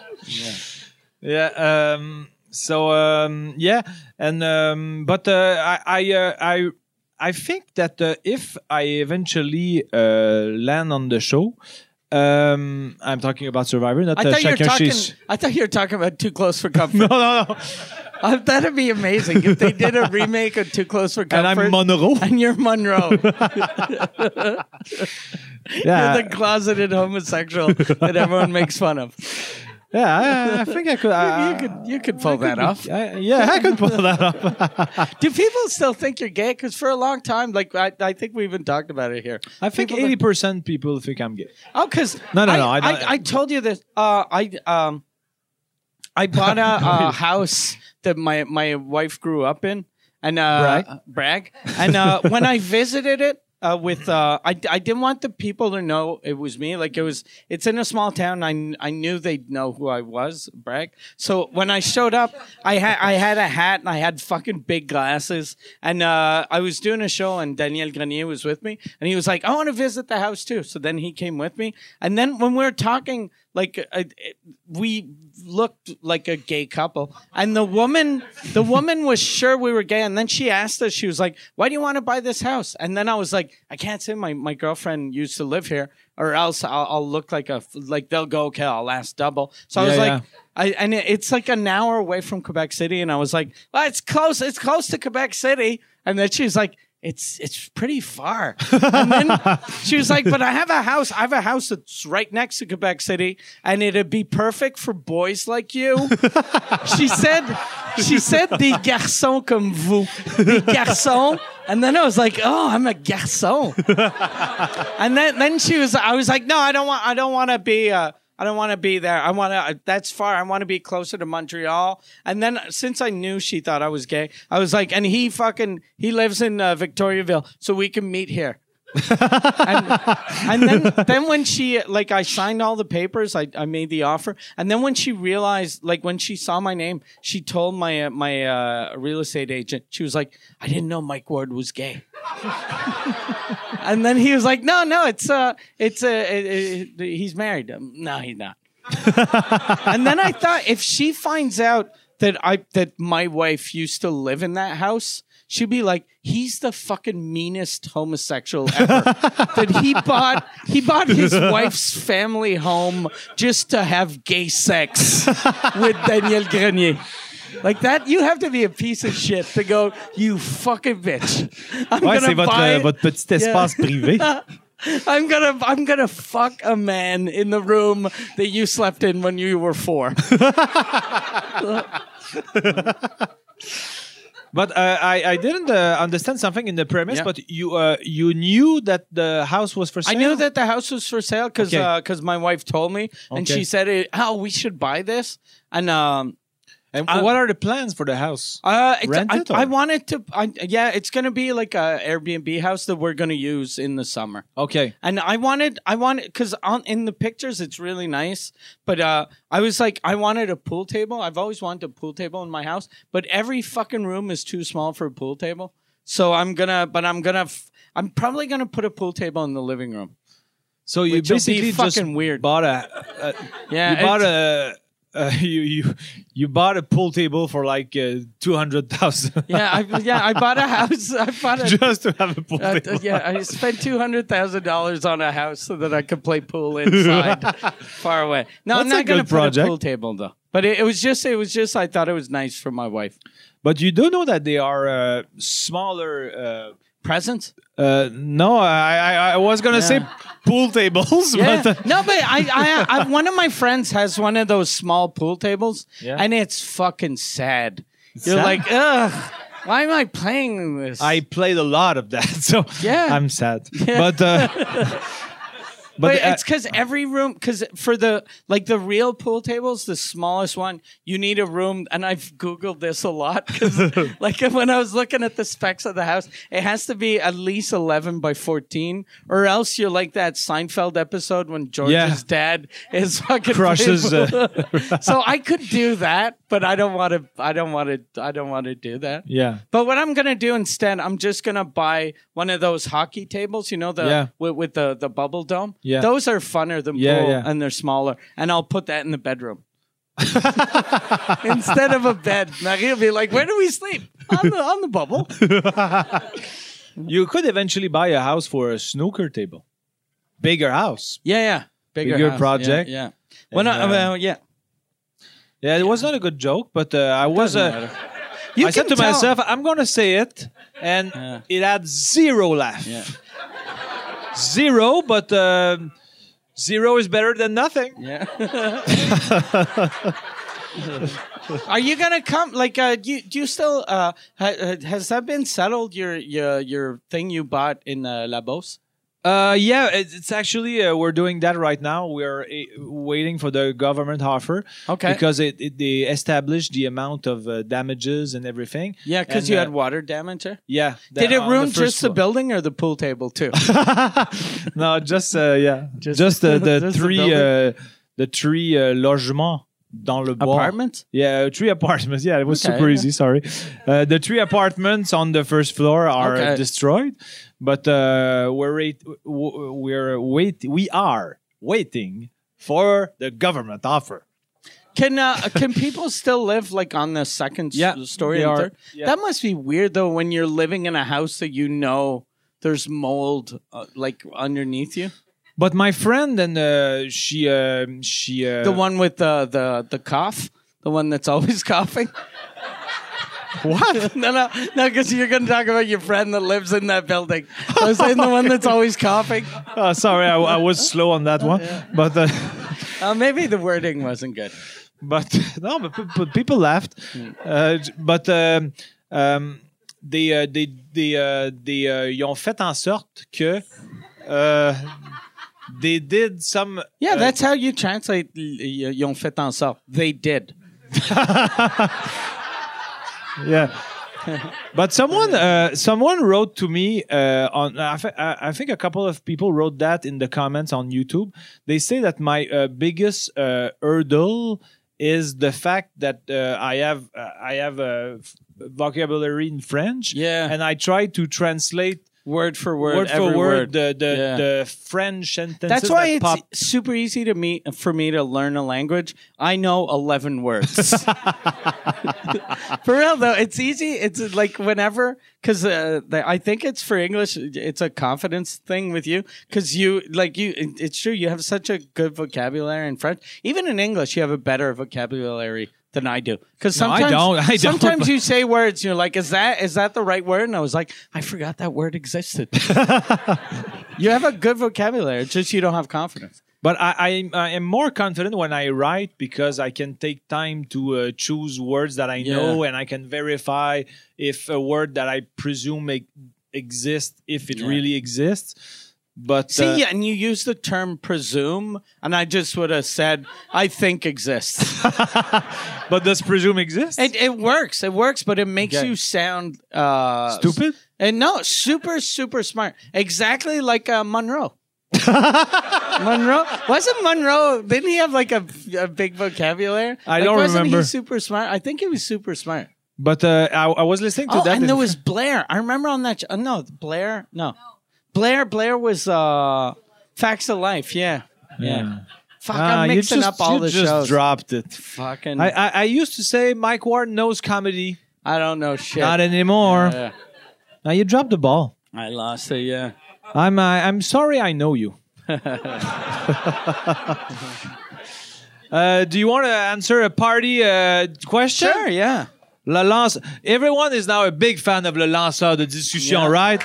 yeah. Um, so um, yeah, and um, but uh, I I uh, I I think that uh, if I eventually uh, land on the show. Um, I'm talking about Survivor, not I uh, thought you were Chacun chez talking. soi. I thought you were talking about Too Close for Comfort. No, no, no. Uh, that'd be amazing if they did a remake of Too Close for Comfort. And I'm Monroe. And you're Monroe. Yeah, you're the closeted homosexual that everyone makes fun of. yeah. I, I think I could. I, you could you could pull that off. I, yeah, I could pull that off. Do people still think you're gay? Because for a long time, like I, I think we even talked about it here. I think People that- eighty percent people think I'm gay. Oh, because No, no, no, I I, I, don't- I told you this. Uh, I um, I bought a, uh house that my my wife grew up in, and uh, Brag. brag. And uh, when I visited it. Uh, with uh, I, I didn't want the people to know it was me. Like it was, it's in a small town. I, kn- I knew they'd know who I was. Brag. So when I showed up, I had I had a hat and I had fucking big glasses. And uh, I was doing a show and Daniel Grenier was with me, and he was like, "I want to visit the house too." So then he came with me. And then when we were talking, like uh, it- we looked like a gay couple, and the woman the woman was sure we were gay. And then she asked us, she was like, "Why do you want to buy this house?" And then I was like, "I can't say my my girlfriend used to live here." Or else I'll, I'll look like a like they'll go okay I'll ask double so I was Yeah, like yeah. I, and it, it's like an hour away from Quebec City, and I was like, "Well, it's close. It's close to Quebec City." And then she was like, "It's it's pretty far." and then she was like, "But I have a house. I have a house that's right next to Quebec City, and it'd be perfect for boys like you." she said, "She said des garçons comme vous, des garçons." And then I was like, "Oh, I'm a garçon." And then then she was I was like, no, I don't want I don't want to be uh I don't want to be there. I want to. That's far. I want to be closer to Montreal. And then, uh, since I knew she thought I was gay, I was like, "And he fucking he lives in uh, Victoriaville, so we can meet here." and, and then, then when she like I signed all the papers, I, I made the offer, and then when she realized, like when she saw my name, she told my uh, my uh, real estate agent, she was like, "I didn't know Mike Ward was gay." and then he was like, "No, no, it's uh, it's uh, it- it- it- he's married. Um, no, he's not." and then I thought, if she finds out that I that my wife used to live in that house, she'd be like, "He's the fucking meanest homosexual ever." that he bought he bought his wife's family home just to have gay sex with Daniel Grenier. Like that, you have to be a piece of shit to go. You fucking bitch! I'm Ouais, gonna c'est votre buy euh, votre petit espace privé. I'm gonna I'm gonna fuck a man in the room that you slept in when you were four. But uh, I I didn't uh, understand something in the premise. Yeah. But you uh, you knew that the house was for I sale. knew that the house was for sale because Okay. my wife told me, and Okay. she said, it, "Oh, we should buy this." And um, And I- what are the plans for the house? uh, it's- Rent I, it or- I wanted to. I, yeah, it's gonna be like a Airbnb house that we're gonna use in the summer. Okay. And I wanted, I wanted, because on in the pictures it's really nice, but uh, I was like, I wanted a pool table. I've always wanted a pool table in my house, but every fucking room is too small for a pool table. So I'm gonna, but I'm gonna, f- I'm probably gonna put a pool table in the living room. So you Which will be basically just fucking weird. bought a, a Yeah, you bought it's- a uh, you you you bought a pool table for like uh, two hundred thousand. Yeah, I, yeah, I bought a house. I bought a. just to have a pool uh, table. yeah, I spent two hundred thousand dollars on a house so that I could play pool inside, far away. No, I'm That's a not going to good put project. a pool table though. But it, it was just, it was just. I thought it was nice for my wife. But you do know that they are uh, smaller. Presents. Uh, uh, no, I I, I was gonna say Yeah. pool tables, Yeah. but uh, no, but I, I, I, one of my friends has one of those small pool tables, Yeah. and it's fucking sad. You're sad? like, ugh, why am I playing this? I played a lot of that, so Yeah. I'm sad. But uh, but, but uh, it's because every room, because for the like the real pool tables, the smallest one, you need a room. And I've googled this a lot because, like, when I was looking at the specs of the house, it has to be at least eleven by fourteen, or else you're like that Seinfeld episode when George's Yeah. dad is fucking Crushes, uh, so I could do that, but I don't want to. I don't want to. I don't want to do that. yeah. But what I'm gonna do instead, I'm just gonna buy one of those hockey tables, you know, the Yeah. with, with the the bubble dome. Yeah. those are funner than Yeah, pool, yeah. and they're smaller. And I'll put that in the bedroom instead of a bed. Marie will be like, "Where do we sleep? On the on the bubble." You could eventually buy a house for a snooker table, bigger house. Yeah, yeah, bigger, Bigger house. Yeah, project. Yeah, Well, And, no, uh, well, yeah. Yeah, it was not a good joke, but uh, I was. Doesn't Uh, matter. You I said can to tell- myself, I'm gonna say it, and Yeah. it had zero laugh. Yeah. Zero, but uh, zero is better than nothing. Yeah. Are you gonna come? Like, uh, do you, do you still? Uh, ha, has that been settled? Your your your thing you bought in uh, La Beauce? Uh, yeah, it's, it's actually uh, we're doing that right now. We're uh, waiting for the government offer. Okay. Because it, it they established the amount of uh, damages and everything. Yeah, because And, you uh, had water damage there. yeah. Did it ruin just the bill? building or the pool table too? no, just uh, yeah, just, Just- the, the just the three uh, the three uh, logements dans le bois. Apartment? Yeah, uh, three apartments. Yeah, it was Okay. super easy. Sorry, uh, the three apartments on the first floor are uh, Okay. destroyed, but uh, we're wait, w- w- we're wait we are waiting for the government offer. Can uh, can people still live like on the second s- Yeah, story? they and are. third? Yeah. That must be weird though when you're living in a house that you know there's mold uh, like underneath you. But my friend and uh, she uh, she uh, The one with the the the cough, the one that's always coughing. what No, no, no, because you're going to talk about your friend that lives in that building. I was saying the one that's always coughing. oh, sorry I, I was slow on Oh, that one but. Uh, Uh, maybe the wording wasn't good. but no, but, pe- but people laughed. Uh, j- but um, um, they, uh, they, they, uh, they, uh, ils ont fait en sorte que uh, they did some. Yeah, uh, that's how you translate l- y- ils ont fait en sorte. They did. yeah. but someone, uh, someone wrote to me uh, on. I, thi- I I think a couple of people wrote that in the comments on YouTube. They say that my uh, biggest uh, hurdle is the fact that uh, I have uh, I have a f- vocabulary in French. Yeah. and I try to translate Word for word. word for every word the the, Yeah. the French sentences. That's why that it's pop super easy to me for me to learn a language. I know eleven words. for real though, it's easy. It's uh, like whenever because uh, the- I think it's for English. It's a confidence thing with you because you like you. it- It's true. You have such a good vocabulary in French. Even in English, you have a better vocabulary than I do. Because No, I sometimes don't. I don't, sometimes but- you say words. You're like, is that is that the right word? And I was like, I forgot that word existed. You have a good vocabulary, it's just you don't have confidence. But I, I, am- I am more confident when I write because I can take time to uh, choose words that I know and I can verify if a word that I presume e- exists, if it Yeah. really exists. But See, uh, yeah, and you use the term presume, and I just would have said, I think exists. but does presume exist? it, it works, it works, but it makes Okay. you sound uh, Stupid? And no, super, super smart. Exactly like uh, Monroe. Monroe wasn't Monroe. Didn't he have like a, a big vocabulary? I Like, don't wasn't remember. He super smart. I think he was super smart. But uh, I, I was listening to Oh, that. and in- there was Blair. I remember on that. Ch- uh, no, Blair. No. Blair. Blair was uh, Facts of Life. Yeah. Yeah. Yeah. Fuck, Ah, I'm you mixing just, up all you the just shows. dropped it. Fucking, I, I, I, I used to say Mike Ward knows comedy. don't know shit. Not anymore. Yeah. Now you dropped the ball. I lost it. Yeah. I'm uh, I'm sorry. I know you. uh, do you want to answer a party uh, question? Sure. Yeah. Le lance. Everyone is now a big fan of Le Lanceur de Discussion, Yeah. right?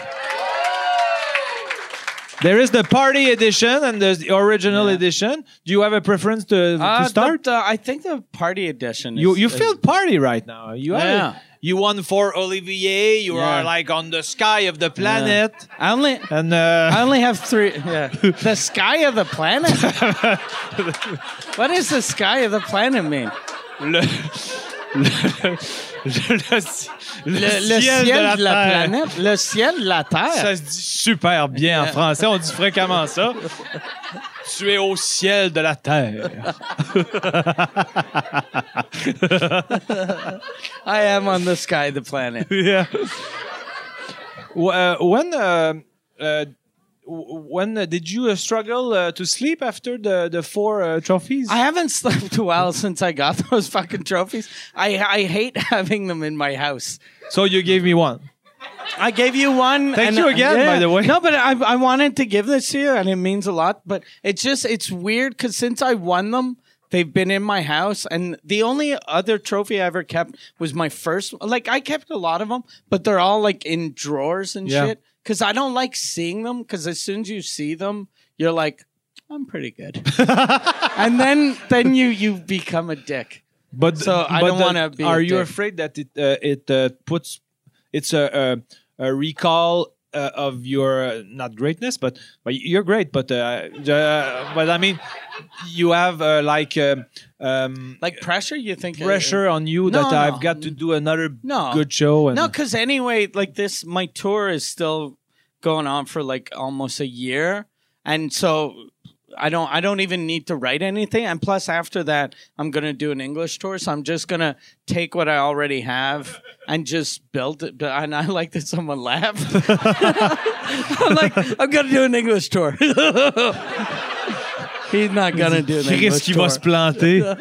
There is the party edition and there's the original Yeah. edition. Do you have a preference to, to Uh, the- start? the- I think the party edition. Is, you you is- feel party right now. You had Yeah. it. you won for Olivier. You Yeah. are like on the sky of the planet. I only. And uh, I only have three. Yeah. the sky of the planet. what does the sky of the planet mean? le, le, le, le- Le, le ciel, de la, Terre. planète. Le ciel de la Ça terre. se dit super bien en français. On dit fréquemment ça. Tu es au ciel de la terre. I am on the sky of the planet. Yeah. W- uh, when uh, uh, w- when uh, did you uh, struggle uh, to sleep after the the four uh, trophies? I haven't slept well since I got those fucking trophies. I I hate having them in my house. so you gave me one. I gave you one. Thank and- you again, by the way. No, but I, I wanted to give this to you, and it means a lot. But it's just it's weird because since I won them, they've been in my house, and the only other trophy I ever kept was my first. Like I kept a lot of them, but they're all like in drawers and Yeah. shit because I don't like seeing them. Because as soon as you see them, you're like, I'm pretty good, and then then you you become a dick. But So I but don't the- wanna be a Are you dick. afraid that it uh, it uh, puts it's a a, a recall uh, of your uh, not greatness, but but you're great, but uh, uh, but I mean you have uh, like um, um, Like pressure, you think pressure on you No, that no. I've got to do another No. good show and No, because anyway, like this, my tour is still going on for like almost a year, and so I don't, I don't even need to write anything. And plus, after that, I'm gonna do an English tour, so I'm just gonna take what I already have and just build it. And I like that someone laughed. I'm like, I'm gonna do an English tour. He's not gonna do an English tour. planter.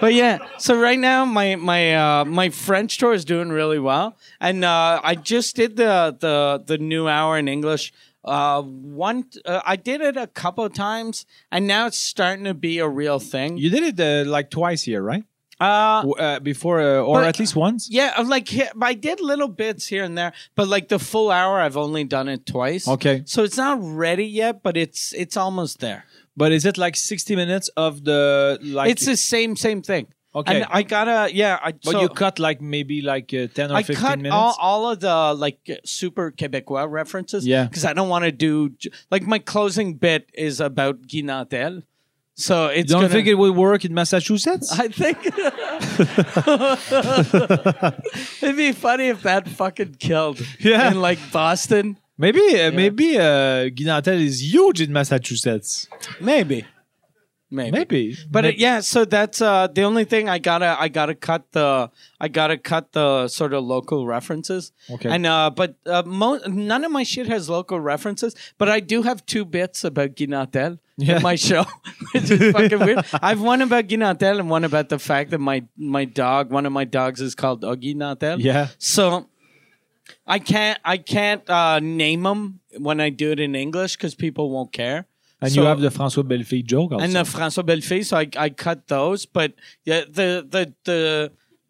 But yeah, so right now my my uh, my French tour is doing really well, and uh, I just did the the the new hour in English. Uh, one uh, I did it a couple of times, and now it's starting to be a real thing. you did it uh, like twice here, right? Uh, W- Uh, before uh, or But- at least once. yeah, I'm like he- I did little bits here and there, but like the full hour, I've only done it twice. Okay, so it's not ready yet, but it's it's almost there. but is it like sixty minutes of the like? It's the same same thing. Okay. and I gotta yeah. I but so- you cut like maybe like uh, ten or I fifteen cut minutes. all, all of the like super Quebecois references. Yeah. Because I don't want to do j- like my closing bit is about Guy Nantel. So it's You don't gonna, think it will work in Massachusetts? I think it'd be funny if that fucking killed. Yeah. In like Boston. maybe, uh, maybe uh, Guinantel is huge in Massachusetts. Maybe. Maybe. Maybe, But Maybe. uh, yeah, so that's uh, the only thing I gotta I gotta cut the I gotta cut the sort of local references. Okay. And uh, but uh, mo- none of my shit has local references, but I do have two bits about Guinatel Yeah. in my show, which is fucking weird. I've one about Guinatel and one about the fact that my my dog, one of my dogs, is called Oggy Natel. Yeah. So I can't I can't uh, name them when I do it in English because people won't care. and So- you have the François Bellefeuille joke also. and the François Bellefeuille. So I, I cut those, but yeah, the the the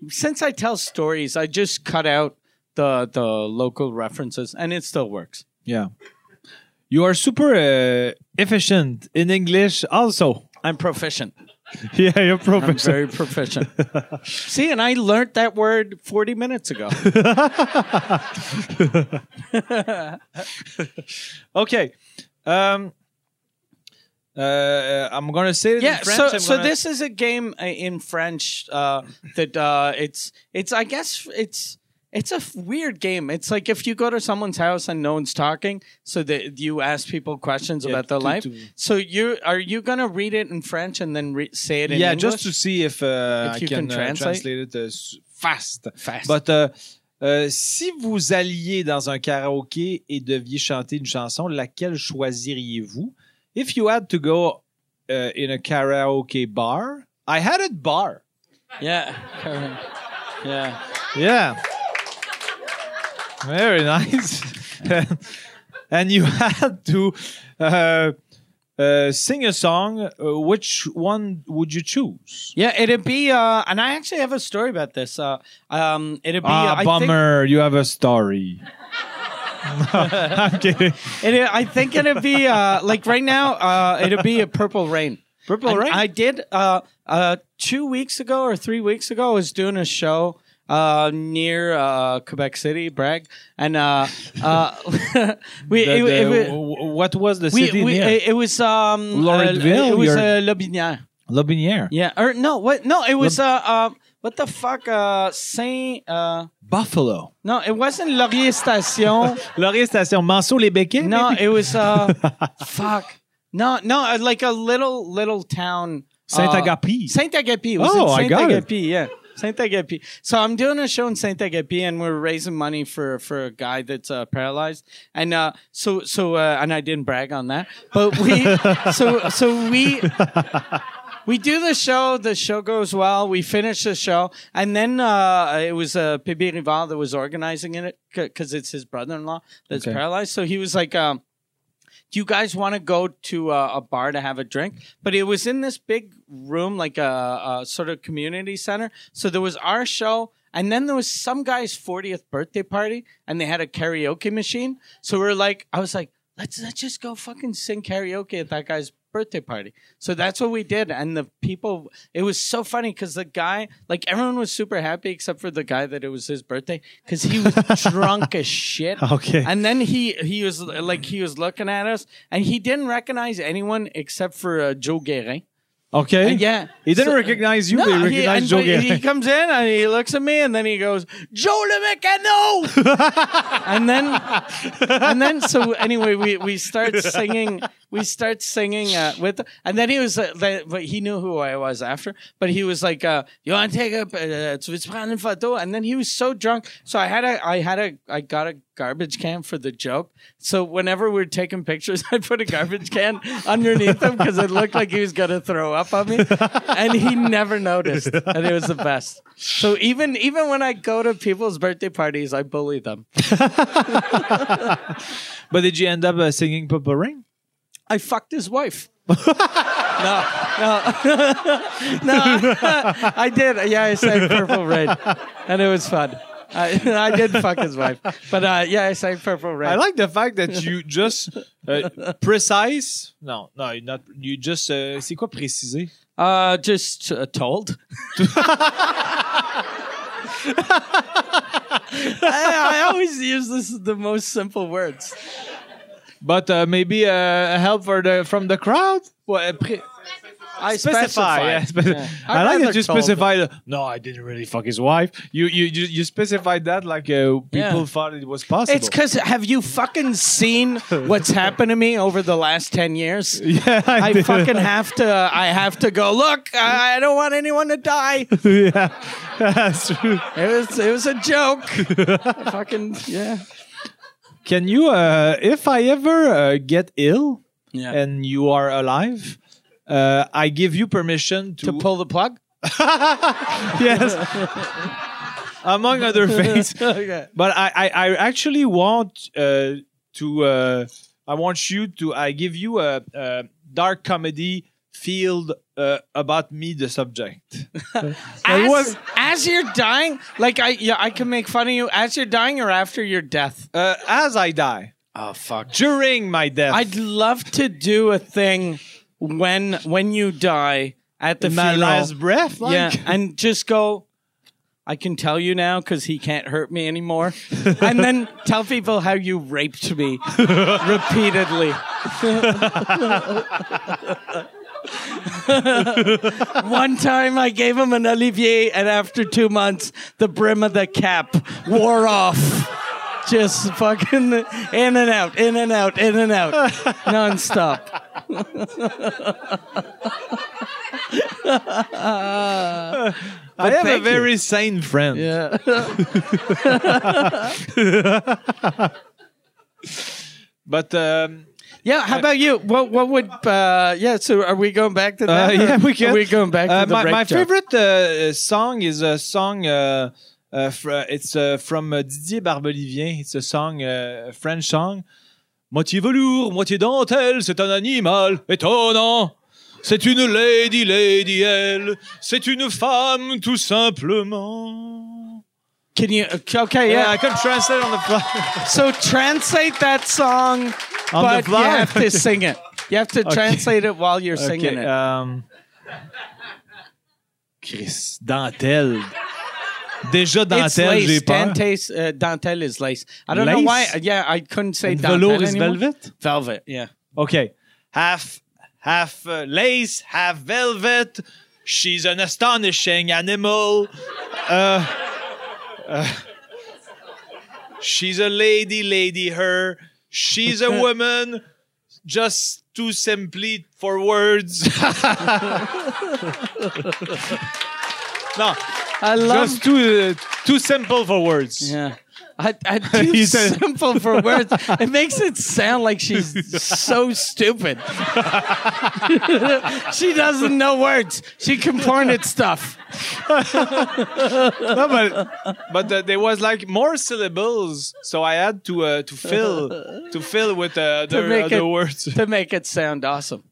since I tell stories, I just cut out the the local references, and it still works. yeah, you are super uh, efficient in English also. I'm proficient. Yeah, you're I'm professional. very proficient. See, and I learned that word 40 minutes ago. Okay. Um, uh, I'm gonna say it yeah. in French. so, I'm so gonna- this is a game uh, in French uh, that uh, it's it's I guess it's it's a f- weird game. It's like if you go to someone's house and no one's talking, so that you ask people questions about their to- life. to- So you are you gonna read it in French and then re- say it in yeah, English? just to see if, uh, I If you can, can uh, translate. translate it uh, s- fast. Fast. But uh, euh, si vous alliez dans un karaoké et deviez chanter une chanson, laquelle choisiriez-vous? If you had to go uh, in a karaoke bar. I had it bar. Yeah. Karen. Yeah. Yeah. Very nice. and you had to uh, uh, sing a song. Uh, which one would you choose? Yeah, it'd be, uh, and I actually have a story about this. Uh, um, it'd be, Ah, I think- bummer. You have a story. I'm kidding. It, I think it'd be uh, like right now. Uh, it'd be a Purple Rain. Purple And Rain? I did uh, uh, two weeks ago or three weeks ago. I was doing a show uh, near uh, Quebec City, Bragg, and uh, uh, we The- it, the- it, w- w- what was the we, city we- near? it, it was um, uh, Loretteville, It was you're- uh, Le Binière. Lobinière. Yeah, or no, what? No, it was uh, uh, what the fuck? Uh, Saint? Uh, Buffalo. no, it wasn't Laurier Station. Laurier Station. Manceau les Béquets? No, it was uh, fuck. No, no, uh, like a little little town. Saint uh, Agapi. Saint Agapi. It was Oh, in I Saint got it. Agapi. Yeah. Saint Agapi. So I'm doing a show in Saint Agapi, and we're raising money for for a guy that's uh, paralyzed. And uh, so so uh, and I didn't brag on that, but we so so we we do the show. The show goes well. We finish the show, and then uh, it was uh, Pibi Rival that was organizing it because it's his brother-in-law that's Okay. paralyzed. So he was like, um, "Do you guys want to go to uh, a bar to have a drink?" But it was in this big room, like a, a sort of community center. So there was our show. And then there was some guy's 40th birthday party, and they had a karaoke machine. So we were like, I was like, let's let's just go fucking sing karaoke at that guy's birthday party. So that's what we did, and the people. It was so funny because the guy, like everyone, was super happy except for the guy that it was his birthday because he was drunk as shit. Okay. And then he he was like he was looking at us, and he didn't recognize anyone except for uh, Joe Guérin. Okay. And Uh, yeah, He didn't So- recognize you, No, but he he- recognized and Joe he- He Guérin. comes in and he looks at me and then he goes, Joe Le Mécano! and then, and then, so anyway, we, we start singing, we start singing uh, with, and then he was, uh, like- but he knew who I was after, but he was like, uh, you want to take a, uh, tu veux te prendre une photo? And then he was so drunk. So I had a, I had a, I got a garbage can for the joke. So whenever we are taking pictures, I put a garbage can underneath him because it looked like he was gonna throw up on me, and he never noticed, and it was the best. So even even when I go to people's birthday parties, I bully them. But did you end up uh, singing Purple Rain? I fucked his wife. no, no, no. I did. Yeah, I sang Purple Rain, and it was fun. I, I did fuck his wife, but uh, yeah, I sang Purple Rain. I like the fact that you just uh, precise. No, no, you're not. You just. Uh, c'est quoi préciser? Uh, just uh, told. I, I always use this the most simple words. But uh, maybe uh, help for the from the crowd. Well, uh, pre- I specify. specify. yeah, spe- Yeah. I like that rather you told. specify. the- No, I didn't really fuck his wife. You you you, you specified that like uh, people Yeah. thought it was possible. It's because have you fucking seen what's happened to me over the last ten years? yeah, I did. fucking have to. I have to go. Look, I, I don't want anyone to die. It yeah, that's true. was. It was a joke. I fucking yeah. Can you, uh, if I ever uh, get ill Yeah. and you are alive, uh, I give you permission to, to pull the plug. yes, among other things. okay. But I, I, I actually want uh, to, uh, I want you to, I give you a, a dark comedy field uh, about me, the subject. as, was- as you're dying, like I yeah, I can make fun of you as you're dying or after your death. Uh, as I die, Oh fuck. during my death. I'd love to do a thing when when you die at the my funeral. last breath, like. yeah, and just go. I can tell you now because he can't hurt me anymore. and then tell people how you raped me repeatedly. One time I gave him an Olivier, and after two months, the brim of the cap wore off. Just fucking in and out, in and out, in and out, nonstop. I have a thank you. very sane friend. Yeah. But um, Yeah. How about you? What What would? Uh, yeah. So are we going back to Uh, that? yeah, we can. Are we going back to Uh, the my, break my joke? favorite uh, song is a song. Uh, uh, fr- it's uh, from uh, Didier Barbelivien. It's a song, uh, French song. Moitié velours, moitié dentelle, c'est un animal étonnant. C'est une lady, lady elle. C'est une femme, tout simplement. Can you? uh, Okay. Yeah, Yeah. I could translate on the fly. So translate that song, On the but you fly? have Okay. to sing it. You have to Okay. translate it while you're singing Okay, it. um, Chris, dentelle. Déjà it's dentelle, j'ai lace. peur. Dante's, uh, dentelle is lace. I don't know Lace? why. Yeah, I couldn't say And dentelle velour is anymore. velvet? Velvet. Yeah. Okay. Half half uh, lace, half velvet. She's an astonishing animal. Uh, uh, she's a lady, lady her. She's a woman just too simply for words. no, I love. just too uh, too simple for words. yeah. I, I too He said- simple for words. It makes it sound like she's so stupid. she doesn't know words. She can point at stuff. no, but but uh, there was like more syllables, so I had to uh, to fill to fill with uh, other, make other it- words. to make it sound awesome.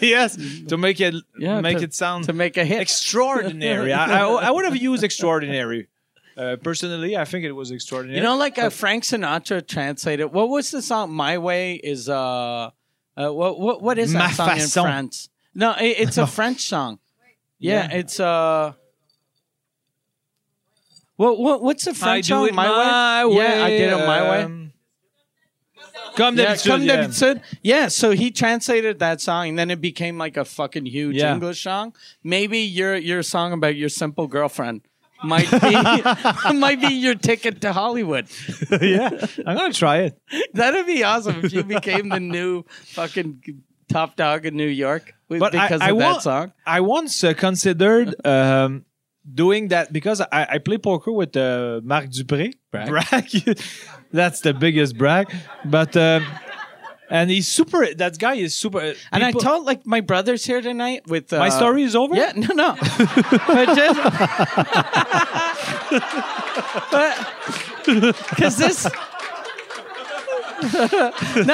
yes, to make it Yeah, make to- it sound To make a hit. extraordinary. I, I I would have used extraordinary. Uh, personally, I think it was extraordinary. you know, like uh, Frank Sinatra translated. What was the song? My way is uh, uh what what what is Ma that song façon. in France? No, i it's a French song. Yeah, it's uh. What, what what's the I French do song? it my way. Yeah, I did it my way. um, Comme Yeah, d'habitude. Comme yeah. d'habitude. Yeah, so he translated that song, and then it became like a fucking huge Yeah. English song. Maybe your your song about your simple girlfriend might be might be your ticket to Hollywood. yeah, I'm gonna try it. That'd be awesome if you became the new fucking top dog in New York with, But I- because I of wa- that song. I once uh, considered um, doing that because I, I play poker with uh, Marc Dupré. Brack. That's the biggest brag. But um, and he's super. That guy is super. uh, And I people- told like my brothers here tonight with uh, my story is over. Yeah, no, no. but just because this. no,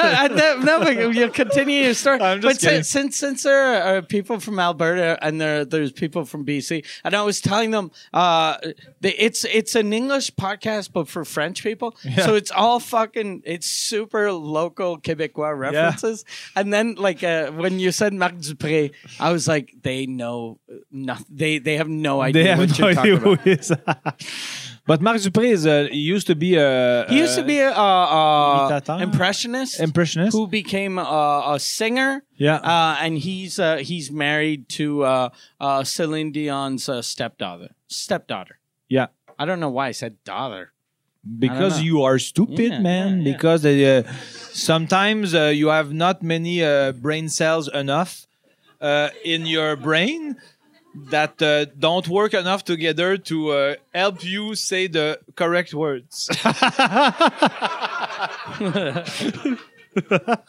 I, no, no, but you'll continue your story. I'm just but kidding. since, since since there are people from Alberta and there there's people from BC, and I was telling them, uh, the, it's it's an English podcast but for French people, so it's all fucking it's super local Quebecois references. And then like uh, when you said Marc Dupré, I was like, they know nothing. They they have no idea They have what no you're talking idea about. who he is. but Marc Dupré is. Uh, he used to be a. He used to be a, uh imitateur? uh impressionist, Impressionist? who became a, a singer. Yeah. uh, and he's uh, he's married to uh, uh, Celine Dion's uh, stepdaughter. Stepdaughter. Yeah. I don't know why I said daughter. because know. you are stupid Yeah, man yeah, yeah. because uh, sometimes uh, you have not many uh, brain cells enough uh, in your brain that uh, don't work enough together to uh, help you say the correct words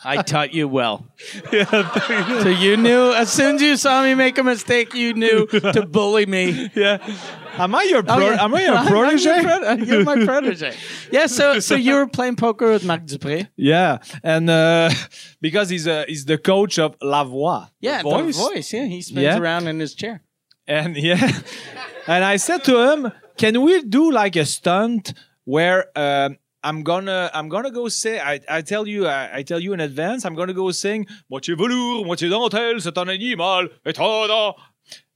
I taught you well. so you knew as soon as you saw me make a mistake, you knew to bully me. yeah am i your pro- Oh, yeah. am i your I'm- I'm protege prot- uh, You're my protege. Yeah. So so you were playing poker with Marc Dupré. yeah and uh, because he's uh, he's the coach of la voix Yeah, the voice. Yeah, he spins Yeah. around in his chair. And yeah, and I said to him, "Can we do like a stunt where um, I'm gonna I'm gonna go say I, I tell you I, I tell you in advance I'm gonna go sing moitié velours moitié dentelle c'est un animal étonnant."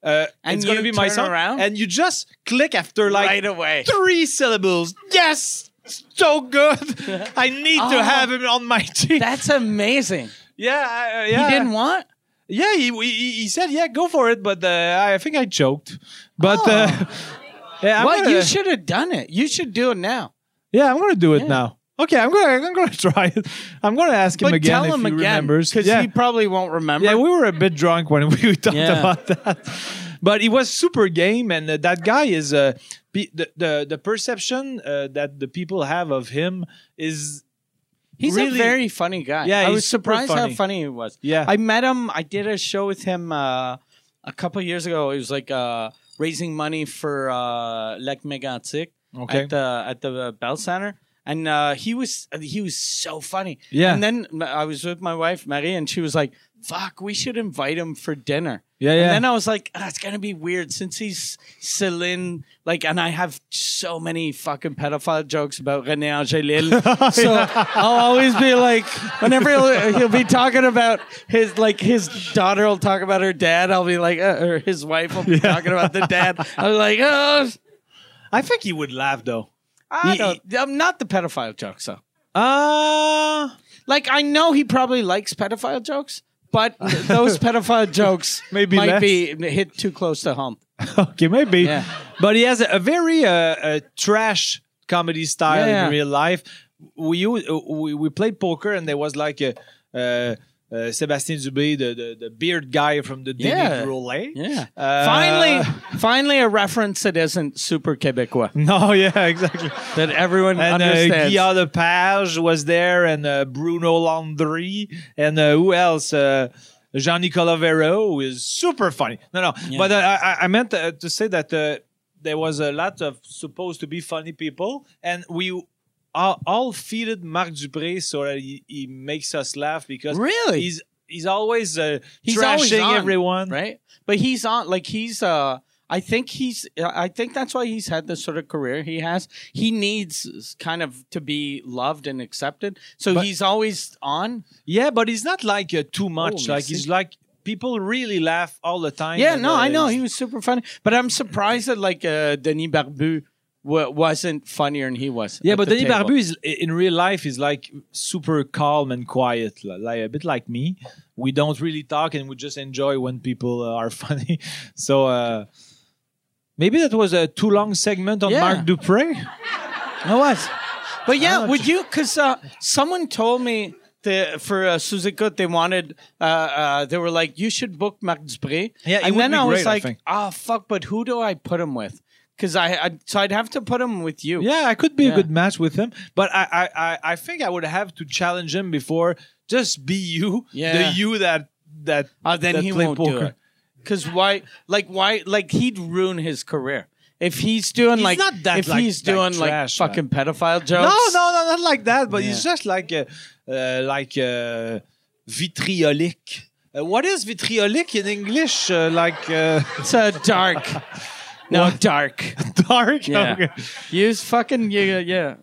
Uh, And it's gonna be you my turn song, around? and you just click after like right away. three syllables. Yes, so good. I need Oh. to have him on my team. That's amazing. yeah, I- uh, yeah. He didn't want. Yeah, he, he, he said, yeah, go for it, but uh, I think I choked. But uh, yeah, I'm Well, gonna, Oh. you should have done it. You should do it now. yeah, I'm going to do it Yeah. now. Okay, I'm going. to I'm going to try it. I'm going to ask him But again tell if him he again remembers. because yeah. he probably won't remember. yeah, we were a bit drunk when we talked Yeah. about that. But he was super game, and uh, that guy is uh, pe- the, the the perception uh, that the people have of him is He's really- a very funny guy. Yeah, I he's was super surprised funny. how funny he was. Yeah. I met him. I did a show with him uh, a couple years ago. It was like uh, raising money for uh, Lec Mégantic Okay. at the at the Bell Center, and uh, he was he was so funny. Yeah. And then m- I was with my wife Marie, and she was like, "Fuck, we should invite him for dinner." Yeah, And yeah. then I was like, ah, "It's gonna be weird since he's Celine, like, and I have so many fucking pedophile jokes about René Angelil, so I'll always be like, whenever he'll, he'll be talking about his like his daughter will talk about her dad, I'll be like, uh, or his wife will be talking about the dad, I'm like, oh, I think he would laugh though. I He- don't, I'm not the pedophile jokes though. Uh Like I know he probably likes pedophile jokes, but those pedophile jokes Maybe might less. be hit too close to home. okay, maybe. Yeah. But he has a, a very uh, uh, trash comedy style Yeah, yeah. in real life. We, u- uh, we we played poker and there was like a. Uh, uh, Sébastien Dubé, the, the the beard guy from the Daily Yeah. Roulette. Yeah. Uh, finally, finally a reference that isn't super Quebecois No, yeah, exactly. that everyone And uh, understands. Guillaume Lepage was there, and uh, Bruno Landry, and uh, who else? Uh, Jean Nicolas Vero is super funny. No, no, but uh, I, I- I meant uh, to say that uh, there was a lot of supposed to be funny people, and we all, all feeded Marc Dupré so that he, he makes us laugh because Really? he's he's always uh, He's trashing always on, everyone. right? But he's on like he's uh I think he's I think that's why he's had the sort of career he has. He needs kind of to be loved and accepted. So But- he's always on. Yeah, but he's not like uh, too Oh, much. like merci. he's like people really laugh all the time. Yeah, and, no, uh, I know he's- he was super funny, but I'm surprised that like uh, Denis Barbu w- wasn't funnier than he was. Yeah, at but the Denis table. Barbu is i- in real life is like super calm and quiet, li- like a bit like me. We don't really talk, and we just enjoy when people uh, are funny. So uh, maybe that was a too long segment on Yeah. Marc Dupré. I was. But yeah, Ah, would you? Because uh, someone told me that for uh, Suzuka, they wanted, uh, uh, they were like, you should book Marc Dupré. Yeah, it and would then be I was great, I like, think. ah, fuck, but who do I put him with? Because I, I, so I'd have to put him with you. Yeah, I could be a Yeah. good match with him, but I, I, I, I think I would have to challenge him before. Just be you, Yeah. the you that that. Uh, then that he play won't do poker. it. Because why? Like why? Like he'd ruin his career if he's doing He's like not that, if like, he's that doing trash, man. like fucking pedophile jokes. No, no, no, not like that. But he's Yeah. just like uh, uh, like uh, vitriolic. Uh, what is vitriolic in English? Uh, like uh, It's a dark. No, dark. dark. Yeah. Okay. Use fucking yeah, yeah.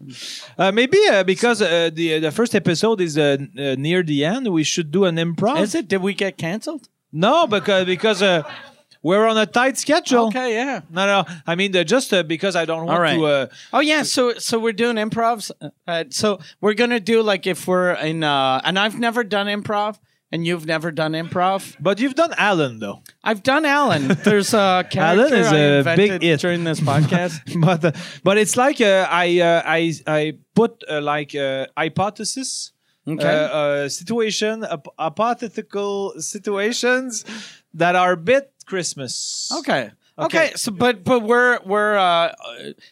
Uh, maybe uh, because uh, the the first episode is uh, n- uh, near the end, we should do an improv. Is it? Did we get canceled? No, because because uh, we're on a tight schedule. Okay, yeah. No, no. I mean, uh, just uh, because I don't want All right. to. Uh, Oh yeah, so so we're doing improvs. Uh, so we're gonna do like if we're in, uh, and I've never done improv, and you've never done improv. but you've done Alan though. I've done Alan. There's a character Alan is I a big invented it. during this podcast. but uh, but it's like uh, I uh, I I put uh, like uh, hypothesis. Okay. Uh, uh, situation, ap- hypothetical situations that are a bit Christmas. Uh, Okay. Okay. Okay. So, but but we're we're uh,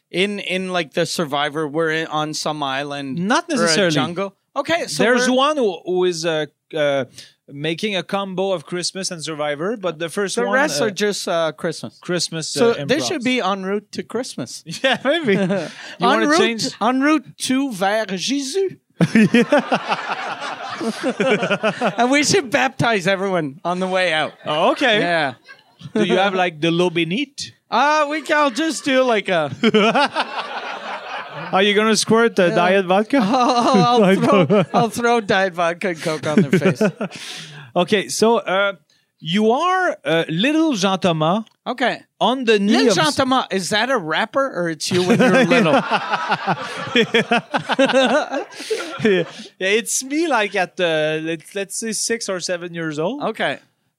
in in like the Survivor. We're in, on some island, Not or a necessarily. jungle. Okay. So There's we're- one who, who is uh, uh, making a combo of Christmas and Survivor, but the first The one rest uh, are just uh, Christmas. Christmas. So uh, they improvs. should be en route to Christmas. yeah, maybe. you en want to route, change? en route to vers Jésus. and we should baptize everyone on the way out. Oh, okay. Yeah. Do you have like the lobinite? Uh, we can I'll just do like a. Are you gonna squirt uh, diet Uh-huh. vodka? I'll, I I'll, know. throw, I'll throw diet vodka and coke on their face. Okay, so uh, you are uh, little Jean Thomas Okay. on the knee Lil of Jon Thomas, is that a rapper or it's you when you're little? yeah, it's me like at uh, let's, let's say six or seven years old, Okay.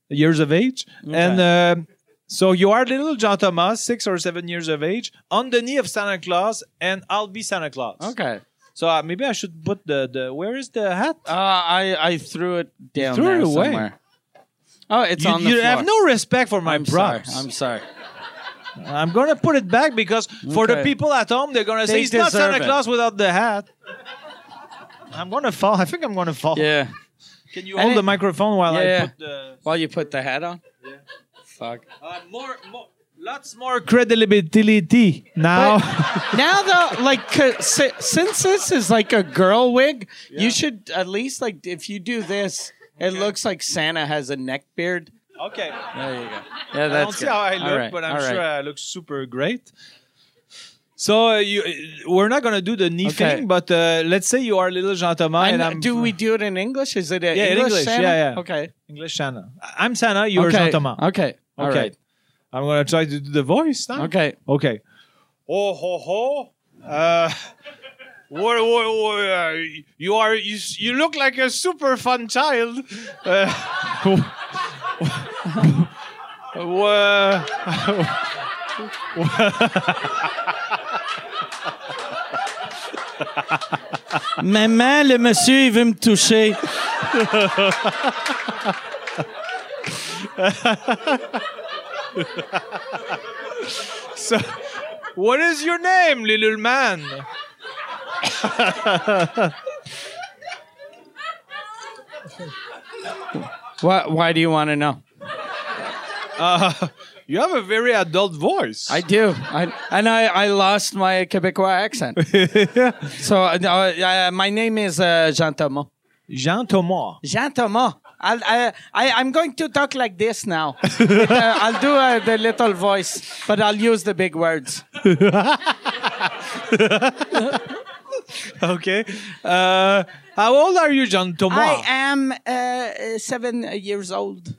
years of age, and um so you are little John Thomas, six or seven years of age, on the knee of Santa Claus, and I'll be Santa Claus. Okay. So uh, maybe I should put the the where is the hat? Uh, I, I threw it down threw there it away. somewhere. Oh, it's You, on the you floor. have no respect for my I'm sorry. props. I'm sorry. I'm, gonna put it back because for the Okay. people at home, they're gonna They say it's not deserve Santa it." Claus without the hat. I'm gonna fall. I think I'm gonna fall. Yeah. Can you And hold the it- microphone while Yeah. I put the While you put the hat on. Fuck. uh, more, more, lots more credibility now? now though, like 'cause si- since this is like a girl wig, you should at least like if you do this, it looks like Santa has a neck beard. okay. There you go. Yeah, that's I don't see good. how I All look, right, but I'm all right. sure I look super great. So uh, you, uh, we're not gonna do the knee Okay. thing, but uh, let's say you are little Jean Thomas, I and know- I'm do we do it in English? Is it a Yeah, in English? English, Santa? yeah, yeah. Okay. English Shanna. I'm Shanna. You're okay. Jean Thomas. Okay. All Okay. right. I'm gonna try to do the voice now. Okay. Okay. Oh ho ho. Uh, wha- wha- wha- uh, you are you, s- you look like a super fun child. Uh, wha- Maman, le monsieur, il veut me toucher. so, what is your name, little man? Why, why do you want to know? You have a very adult voice. I do. I, and I, I lost my Quebecois accent. so uh, uh, my name is uh, Jean Thomas. Jean Thomas. Jean Thomas. I'll, I, I, I'm going to talk like this now. With, uh, I'll do uh, the little voice, but I'll use the big words. Okay. Uh, how old are you, Jean Thomas? I am uh, seven years old.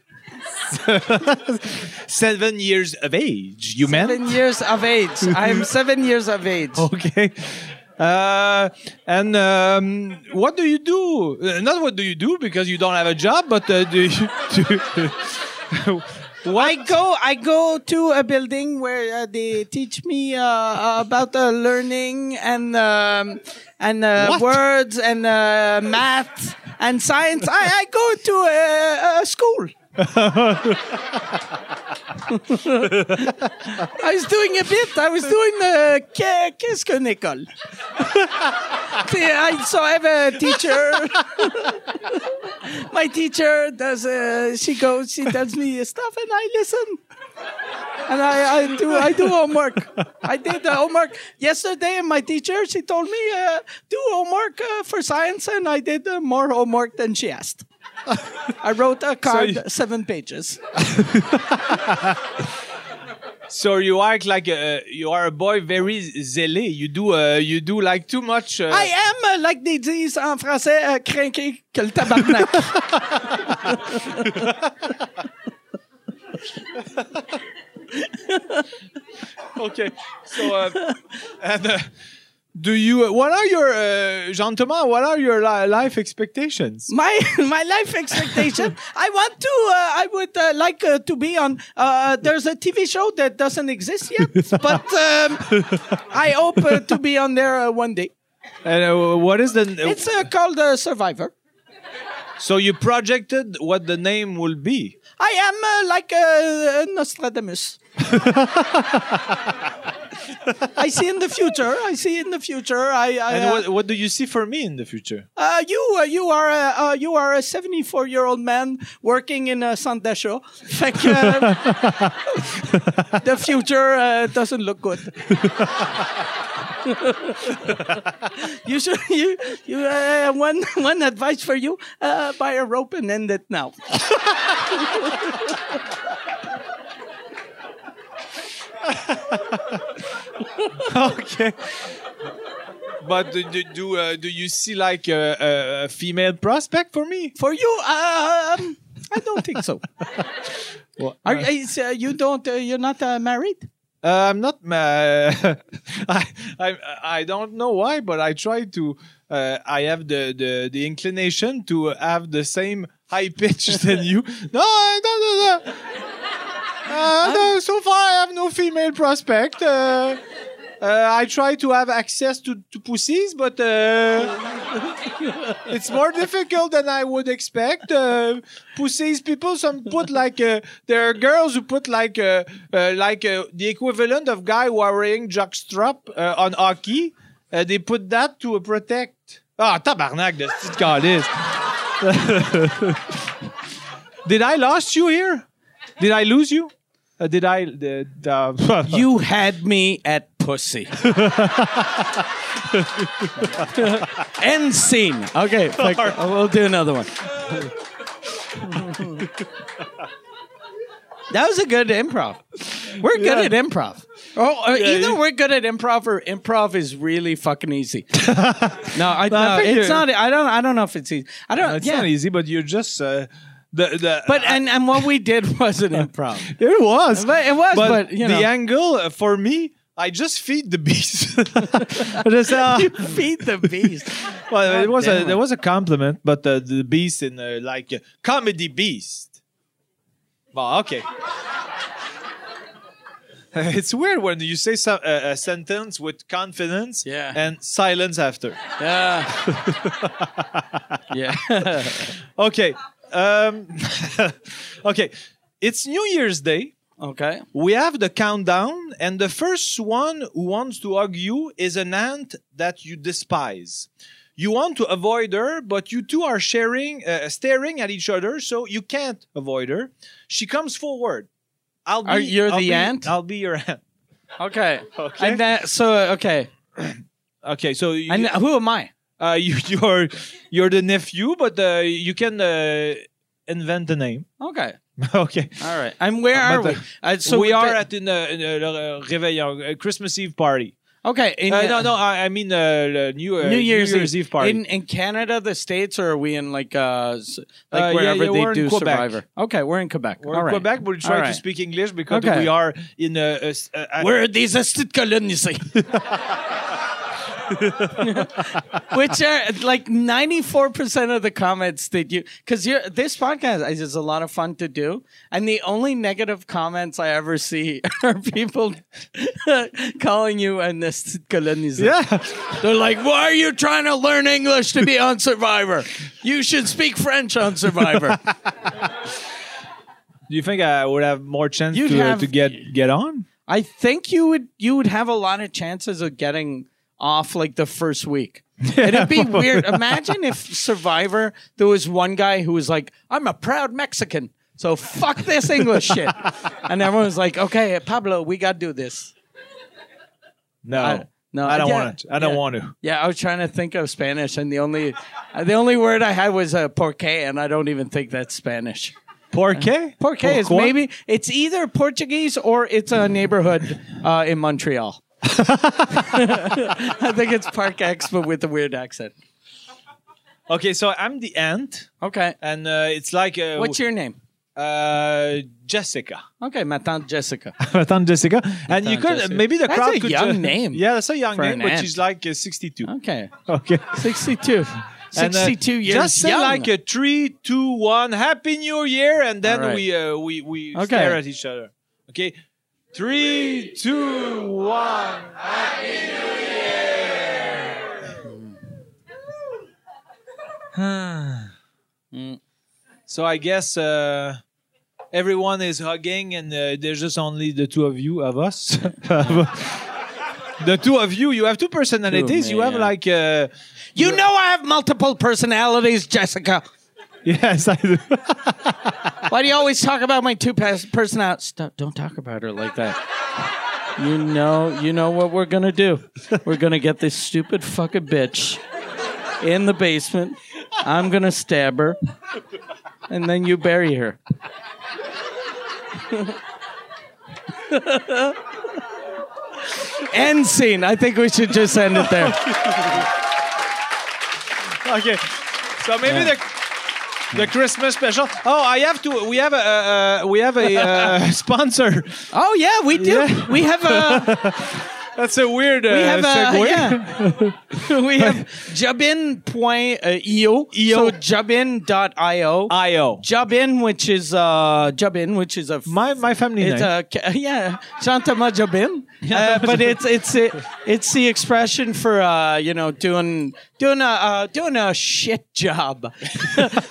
Seven years of age. You meant? Seven years of age. I am seven years of age. okay. Uh, and um, what do you do? Uh, Not what do you do because you don't have a job, but uh, do you? Do I go I go to a building where uh, they teach me uh, about uh, learning and um, and uh, What? words and uh, math and science. I, I go to a, a school. I was doing a bit. I was doing the qu'est- qu'est-ce qu'une école. I so I have a teacher my teacher does uh, she goes she tells me stuff and i listen and I, I do I do homework. I did the homework yesterday, and my teacher she told me uh, do homework uh, for science, and I did uh, more homework than she asked. I wrote a card, you- seven pages. so you act like a, you are a boy very zélé. You do uh, you do like too much. Uh, I am uh, like they disent en français, uh, crinqué que le tabarnak. okay. So uh, and. Uh, do you? uh, What are your uh, Jean Thomas? What are your li- life expectations? my my life expectation. I want to. Uh, I would uh, like uh, to be on. Uh, there's a TV show that doesn't exist yet, but um, I hope uh, to be on there uh, one day. And uh, what is the? It's uh, called uh, Survivor. so you projected what the name will be. I am uh, like uh, Nostradamus. I see in the future. I see in the future. I, I And uh, what, what do you see for me in the future? Uh, you, uh, you are a, uh, you are a 74 year old man working in a Santa show. Fait que, uh, the future uh, doesn't look good. you should, you, you, uh, one, one advice for you, uh, buy a rope and end it now. okay. But do do do, uh, do you see like a, a- a female prospect for me? For you, um, I don't think so. Well, Are, is, uh, you don't, uh, you're not uh, married? Uh, I'm not. Uh, I, I I don't know why, but I try to. Uh, I have the, the the inclination to have the same high pitch than you. No, I don't. No, no. Uh, no, so far, I have no female prospect. Uh, uh, I try to have access to, to pussies, but uh, it's more difficult than I would expect. Uh, pussies people some put like uh, there are girls who put like uh, uh, like uh, the equivalent of guy wearing jockstrap uh, on hockey. Uh, they put that to protect. Ah, tabarnak de style calice. did I lost you here? Did I lose you? Uh, did I? Did, uh, You had me at pussy. End scene. Okay, like, we'll do another one. that was a good improv. We're good at improv. Oh, uh, either you- we're good at improv or improv is really fucking easy. no, I, I no, think it's you're- not. I don't. I don't know if it's easy. I don't. it's yeah. not easy, but you're just uh, the the. But and and what we did was an improv. It was. But it was, but, you the know. angle uh, for me, I just feed the beast. I just, uh, Feed the beast. well, it God was a damn it. there was a compliment, but uh, the beast in uh, like uh, comedy beast. Well, okay. it's weird when you say some, uh, a sentence with confidence Yeah. and silence after. Yeah. Uh, yeah. Okay. Um, okay. It's New Year's Day. okay. We have the countdown, and the first one who wants to hug you is an aunt that you despise. You want to avoid her, but you two are sharing, uh, staring at each other, so you can't avoid her. She comes forward. I'll be. Are- you're I'll the be- aunt? I'll be your aunt. Okay. Okay. And that, so okay. Okay, so you, And who am I? uh, you, you're you're the nephew, but uh, you can uh, invent the name. Okay. okay. All right. And where Uh, are but, we? Uh, so we are the- at in, uh, in, uh, réveillon, a Christmas Eve party. okay. In, Uh, no, no, I, I mean uh, the New, uh, New Year's, Eve, party. in in Canada, the states, or are we in like uh s- like Uh, yeah, wherever yeah, they we're in do Quebec. Survivor? Okay, we're in Quebec. We're All in right. Quebec, but we try All to right. speak English because Okay. we are in a. a s- a- a- We're these estit colonies, which are like ninety four percent of the comments that you because you're this podcast is just a lot of fun to do, and the only negative comments I ever see are people calling you an estit colonies. yeah, They're like, why are you trying to learn English to be on Survivor? You should speak French on Survivor. do you think I would have more chance You'd to, have- to get get on? I think you would you would have a lot of chances of getting off like the first week. It'd be weird. Imagine if Survivor there was one guy who was like, "I'm a proud Mexican, so fuck this English shit," and everyone was like, "Okay, Pablo, we gotta do this." No, I- no, I don't yeah, want to. I don't yeah. want to. Yeah, I was trying to think of Spanish, and the only uh, the only word I had was uh, "porque," and I don't even think that's Spanish. Por qué? Porque is Pourquoi? maybe it's either Portuguese or it's a neighborhood uh, in Montreal. I think it's Park X, but with a weird accent. Okay, so I'm the aunt, Okay. and uh, it's like uh, What's your name? uh, Jessica. Okay, my Tante Jessica. Jessica, and you could Jessica. maybe the That's crowd a could young ju- name Yeah, that's a young for name, an but aunt. she's like uh, 62. Okay. Okay. 62. And, uh, 62 years Just say young. like a three, two, one. Happy New Year, and then All right. we uh, we we Okay. stare at each other. Okay, three, two, one. Happy New Year. Mm. so I guess uh, everyone is hugging, and uh, there's just only the two of you of us. The two of you, you have two personalities. me, you have yeah. like uh, you know I have multiple personalities, Jessica. yes, I do. Why do you always talk about my two pas- personalities? Stop, don't talk about her like that. You know, you know what we're gonna do. We're gonna get this stupid fucking bitch in the basement. I'm gonna stab her, and then you bury her. end scene. I think we should just end it there. okay. So maybe the the Christmas special. Oh, I have to. We have a uh, uh, we have a uh, sponsor. Oh yeah, we do. Yeah. We have a. That's a weird uh, we have uh, segue. yeah. we have jubin.io. E So jubin.io. Io. Jubin, which is uh, Jubin, which is a My my family it's name. a ca- yeah, Chantama Jabin. Uh, but it's it's it, it's the expression for uh, you know doing doing a uh, doing a shit job.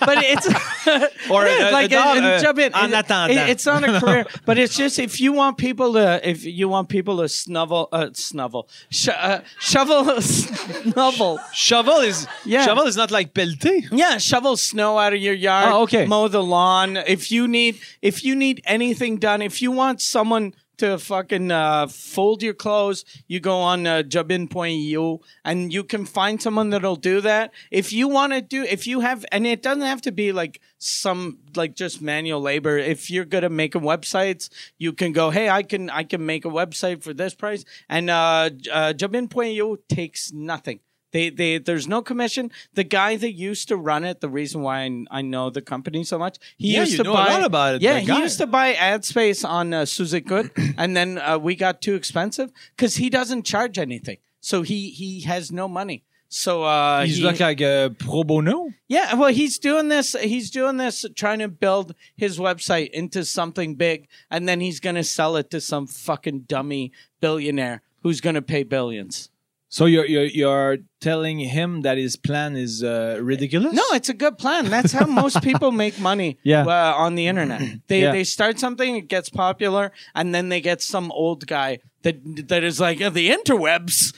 but it's Or Yeah, a- a dog, uh, en attendant. It- it's not a career, but it's just if you want people to if you want people to snuggle uh, snovel. Sh- uh, shovel snovel. Shovel is Yeah. shovel is not like pelleté. Yeah, shovel snow out of your yard. Oh, okay. Mow the lawn. If you need, if you need anything done, if you want someone to fucking uh, fold your clothes, you go on uh, jobin.eu and you can find someone that'll do that. If you want to do, if you have, and it doesn't have to be like some like just manual labor. If you're good at making websites, you can go, hey, I can I can make a website for this price, and uh, j- uh, jobin.eu takes nothing. They, they, there's no commission. The guy that used to run it, the reason why I, I know the company so much, he Yeah, used you to know a buy lot about it, Yeah, that he guy. used to buy ad space on uh, Suzette Good, and then uh, we got too expensive because he doesn't charge anything, so he he has no money. So uh, He's he- like like a pro bono. yeah, well, he's doing this. He's doing this, trying to build his website into something big, and then he's gonna sell it to some fucking dummy billionaire who's gonna pay billions. So you're you're, you're telling him that his plan is uh, ridiculous? No, it's a good plan. That's how most people make money Yeah. uh, on the internet. They Yeah. they start something, it gets popular, and then they get some old guy that that is like "Oh, the interwebs.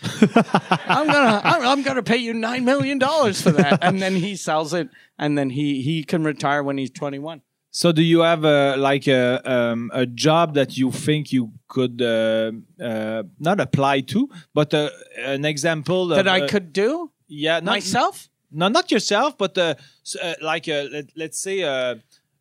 I'm gonna I'm, I'm gonna pay you nine million dollars for that, and then he sells it, and then he he can retire when he's 21. So do you have a like a um, a job that you think you could uh, uh, not apply to, but uh, an example of, That I uh, could do yeah not, myself. No, not yourself, but uh, s- uh, like uh, let, let's say uh,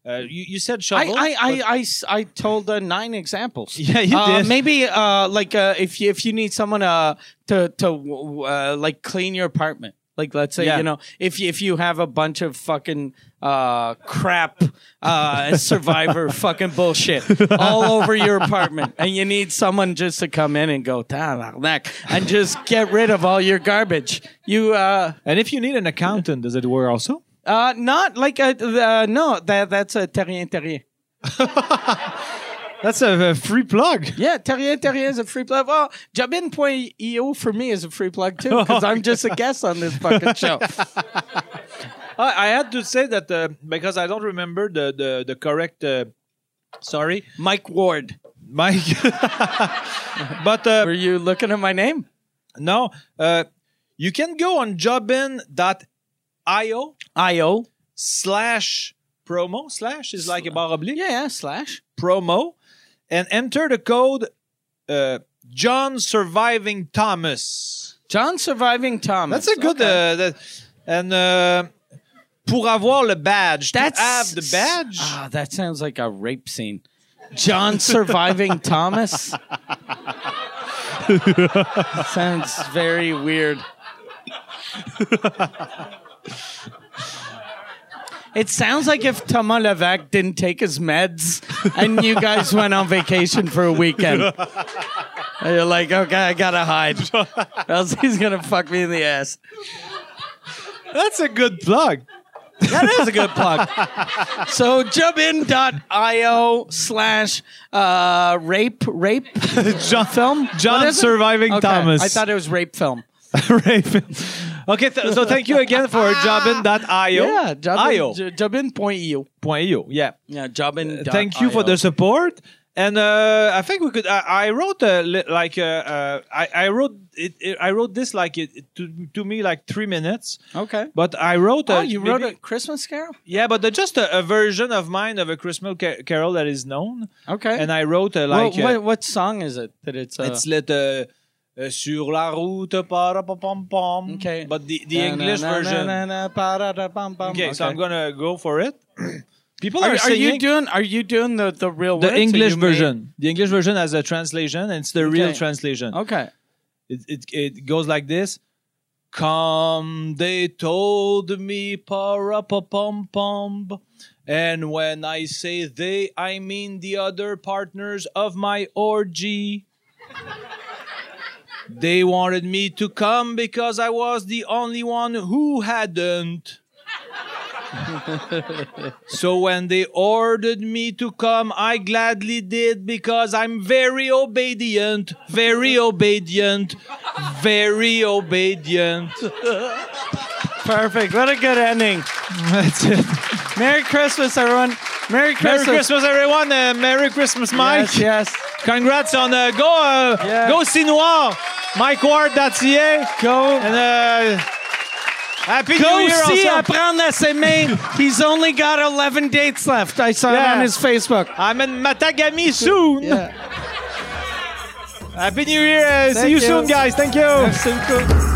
uh, you, you said I, shovel. I, but- I, I s- I told uh, nine examples. Yeah, you Uh, did. Maybe uh, like uh, if you if you need someone uh, to to uh, like clean your apartment. Like let's say Yeah. you know if you, if you have a bunch of fucking uh, crap uh, survivor fucking bullshit all over your apartment and you need someone just to come in and go neck and just get rid of all your garbage you uh, and if you need an accountant, does it work also? uh, not like a, uh, no that that's a terrien terrien That's a, a free plug. Yeah, Terrier Terrier is a free plug. Oh, Well, Jabin.io E for me is a free plug too because I'm just a guest on this fucking show. I, I had to say that uh, because I don't remember the the, the correct. Uh, sorry, Mike Ward, Mike. but uh, were you looking at my name? No, uh, you can go on jobin.io IO. slash promo slash is like a bar oblique Yeah, yeah, slash. promo and enter the code uh, John Surviving Thomas. John Surviving Thomas. That's a good Okay. uh, that, and uh, pour avoir le badge. to That's have the badge. Ah, that sounds like a rape scene. John Surviving Thomas. sounds very weird. It sounds like if Thomas Levac didn't take his meds and you guys went on vacation for a weekend. And you're like, okay, I gotta hide. Or else he's gonna fuck me in the ass. That's a good plug. That is a good plug. so jubin.io slash uh, rape rape John, film. John What is it? Surviving Okay, Thomas. I thought it was rape film. Raven. Okay, th- so thank you again for jobin.io. Yeah, Io. jubin, jubin point E eu. Point .io. Yeah. Yeah, jubin. thank you for the support and uh, i think we could i, I wrote uh, li- like uh, uh, I, I wrote it, it i wrote this like it, it- to, to me like three minutes Okay. but i wrote uh, Oh, you wrote maybe- a Christmas carol? yeah but uh, just a, a version of mine of a christmas ca- carol that is known Okay. and i wrote uh, Well, like uh, what, what song is it that it's? Uh, it's lit uh, uh, sur la route pom pom Okay. but the, the english version okay, Okay, so i'm gonna go for it people are, Are, are singing you doing? Are you doing the the real the words, or English you made- version. The English version has a translation, and it's the real Okay. translation. Okay. It, it it goes like this. Come, they told me para pa pum pum, and when I say they, I mean the other partners of my orgy. they wanted me to come because I was the only one who hadn't. So when they ordered me to come, I gladly did because I'm very obedient, very obedient, very obedient. Perfect. What a good ending. That's it. Merry Christmas, everyone. Merry Merry Christmas. Christmas, everyone. Uh, Merry Christmas, Mike. Yes, yes. Congrats on uh, Go uh, Yeah. Go Sinoir. MikeWard.ca. Go. And uh, Happy Go New Year see also. Apprendre à s'aimer. He's only got 11 dates left. I saw Yeah. it on his Facebook. I'm in Matagami soon. Yeah. Happy New Year. Uh, see Thank you, you. soon, guys. Thank you. Merci beaucoup.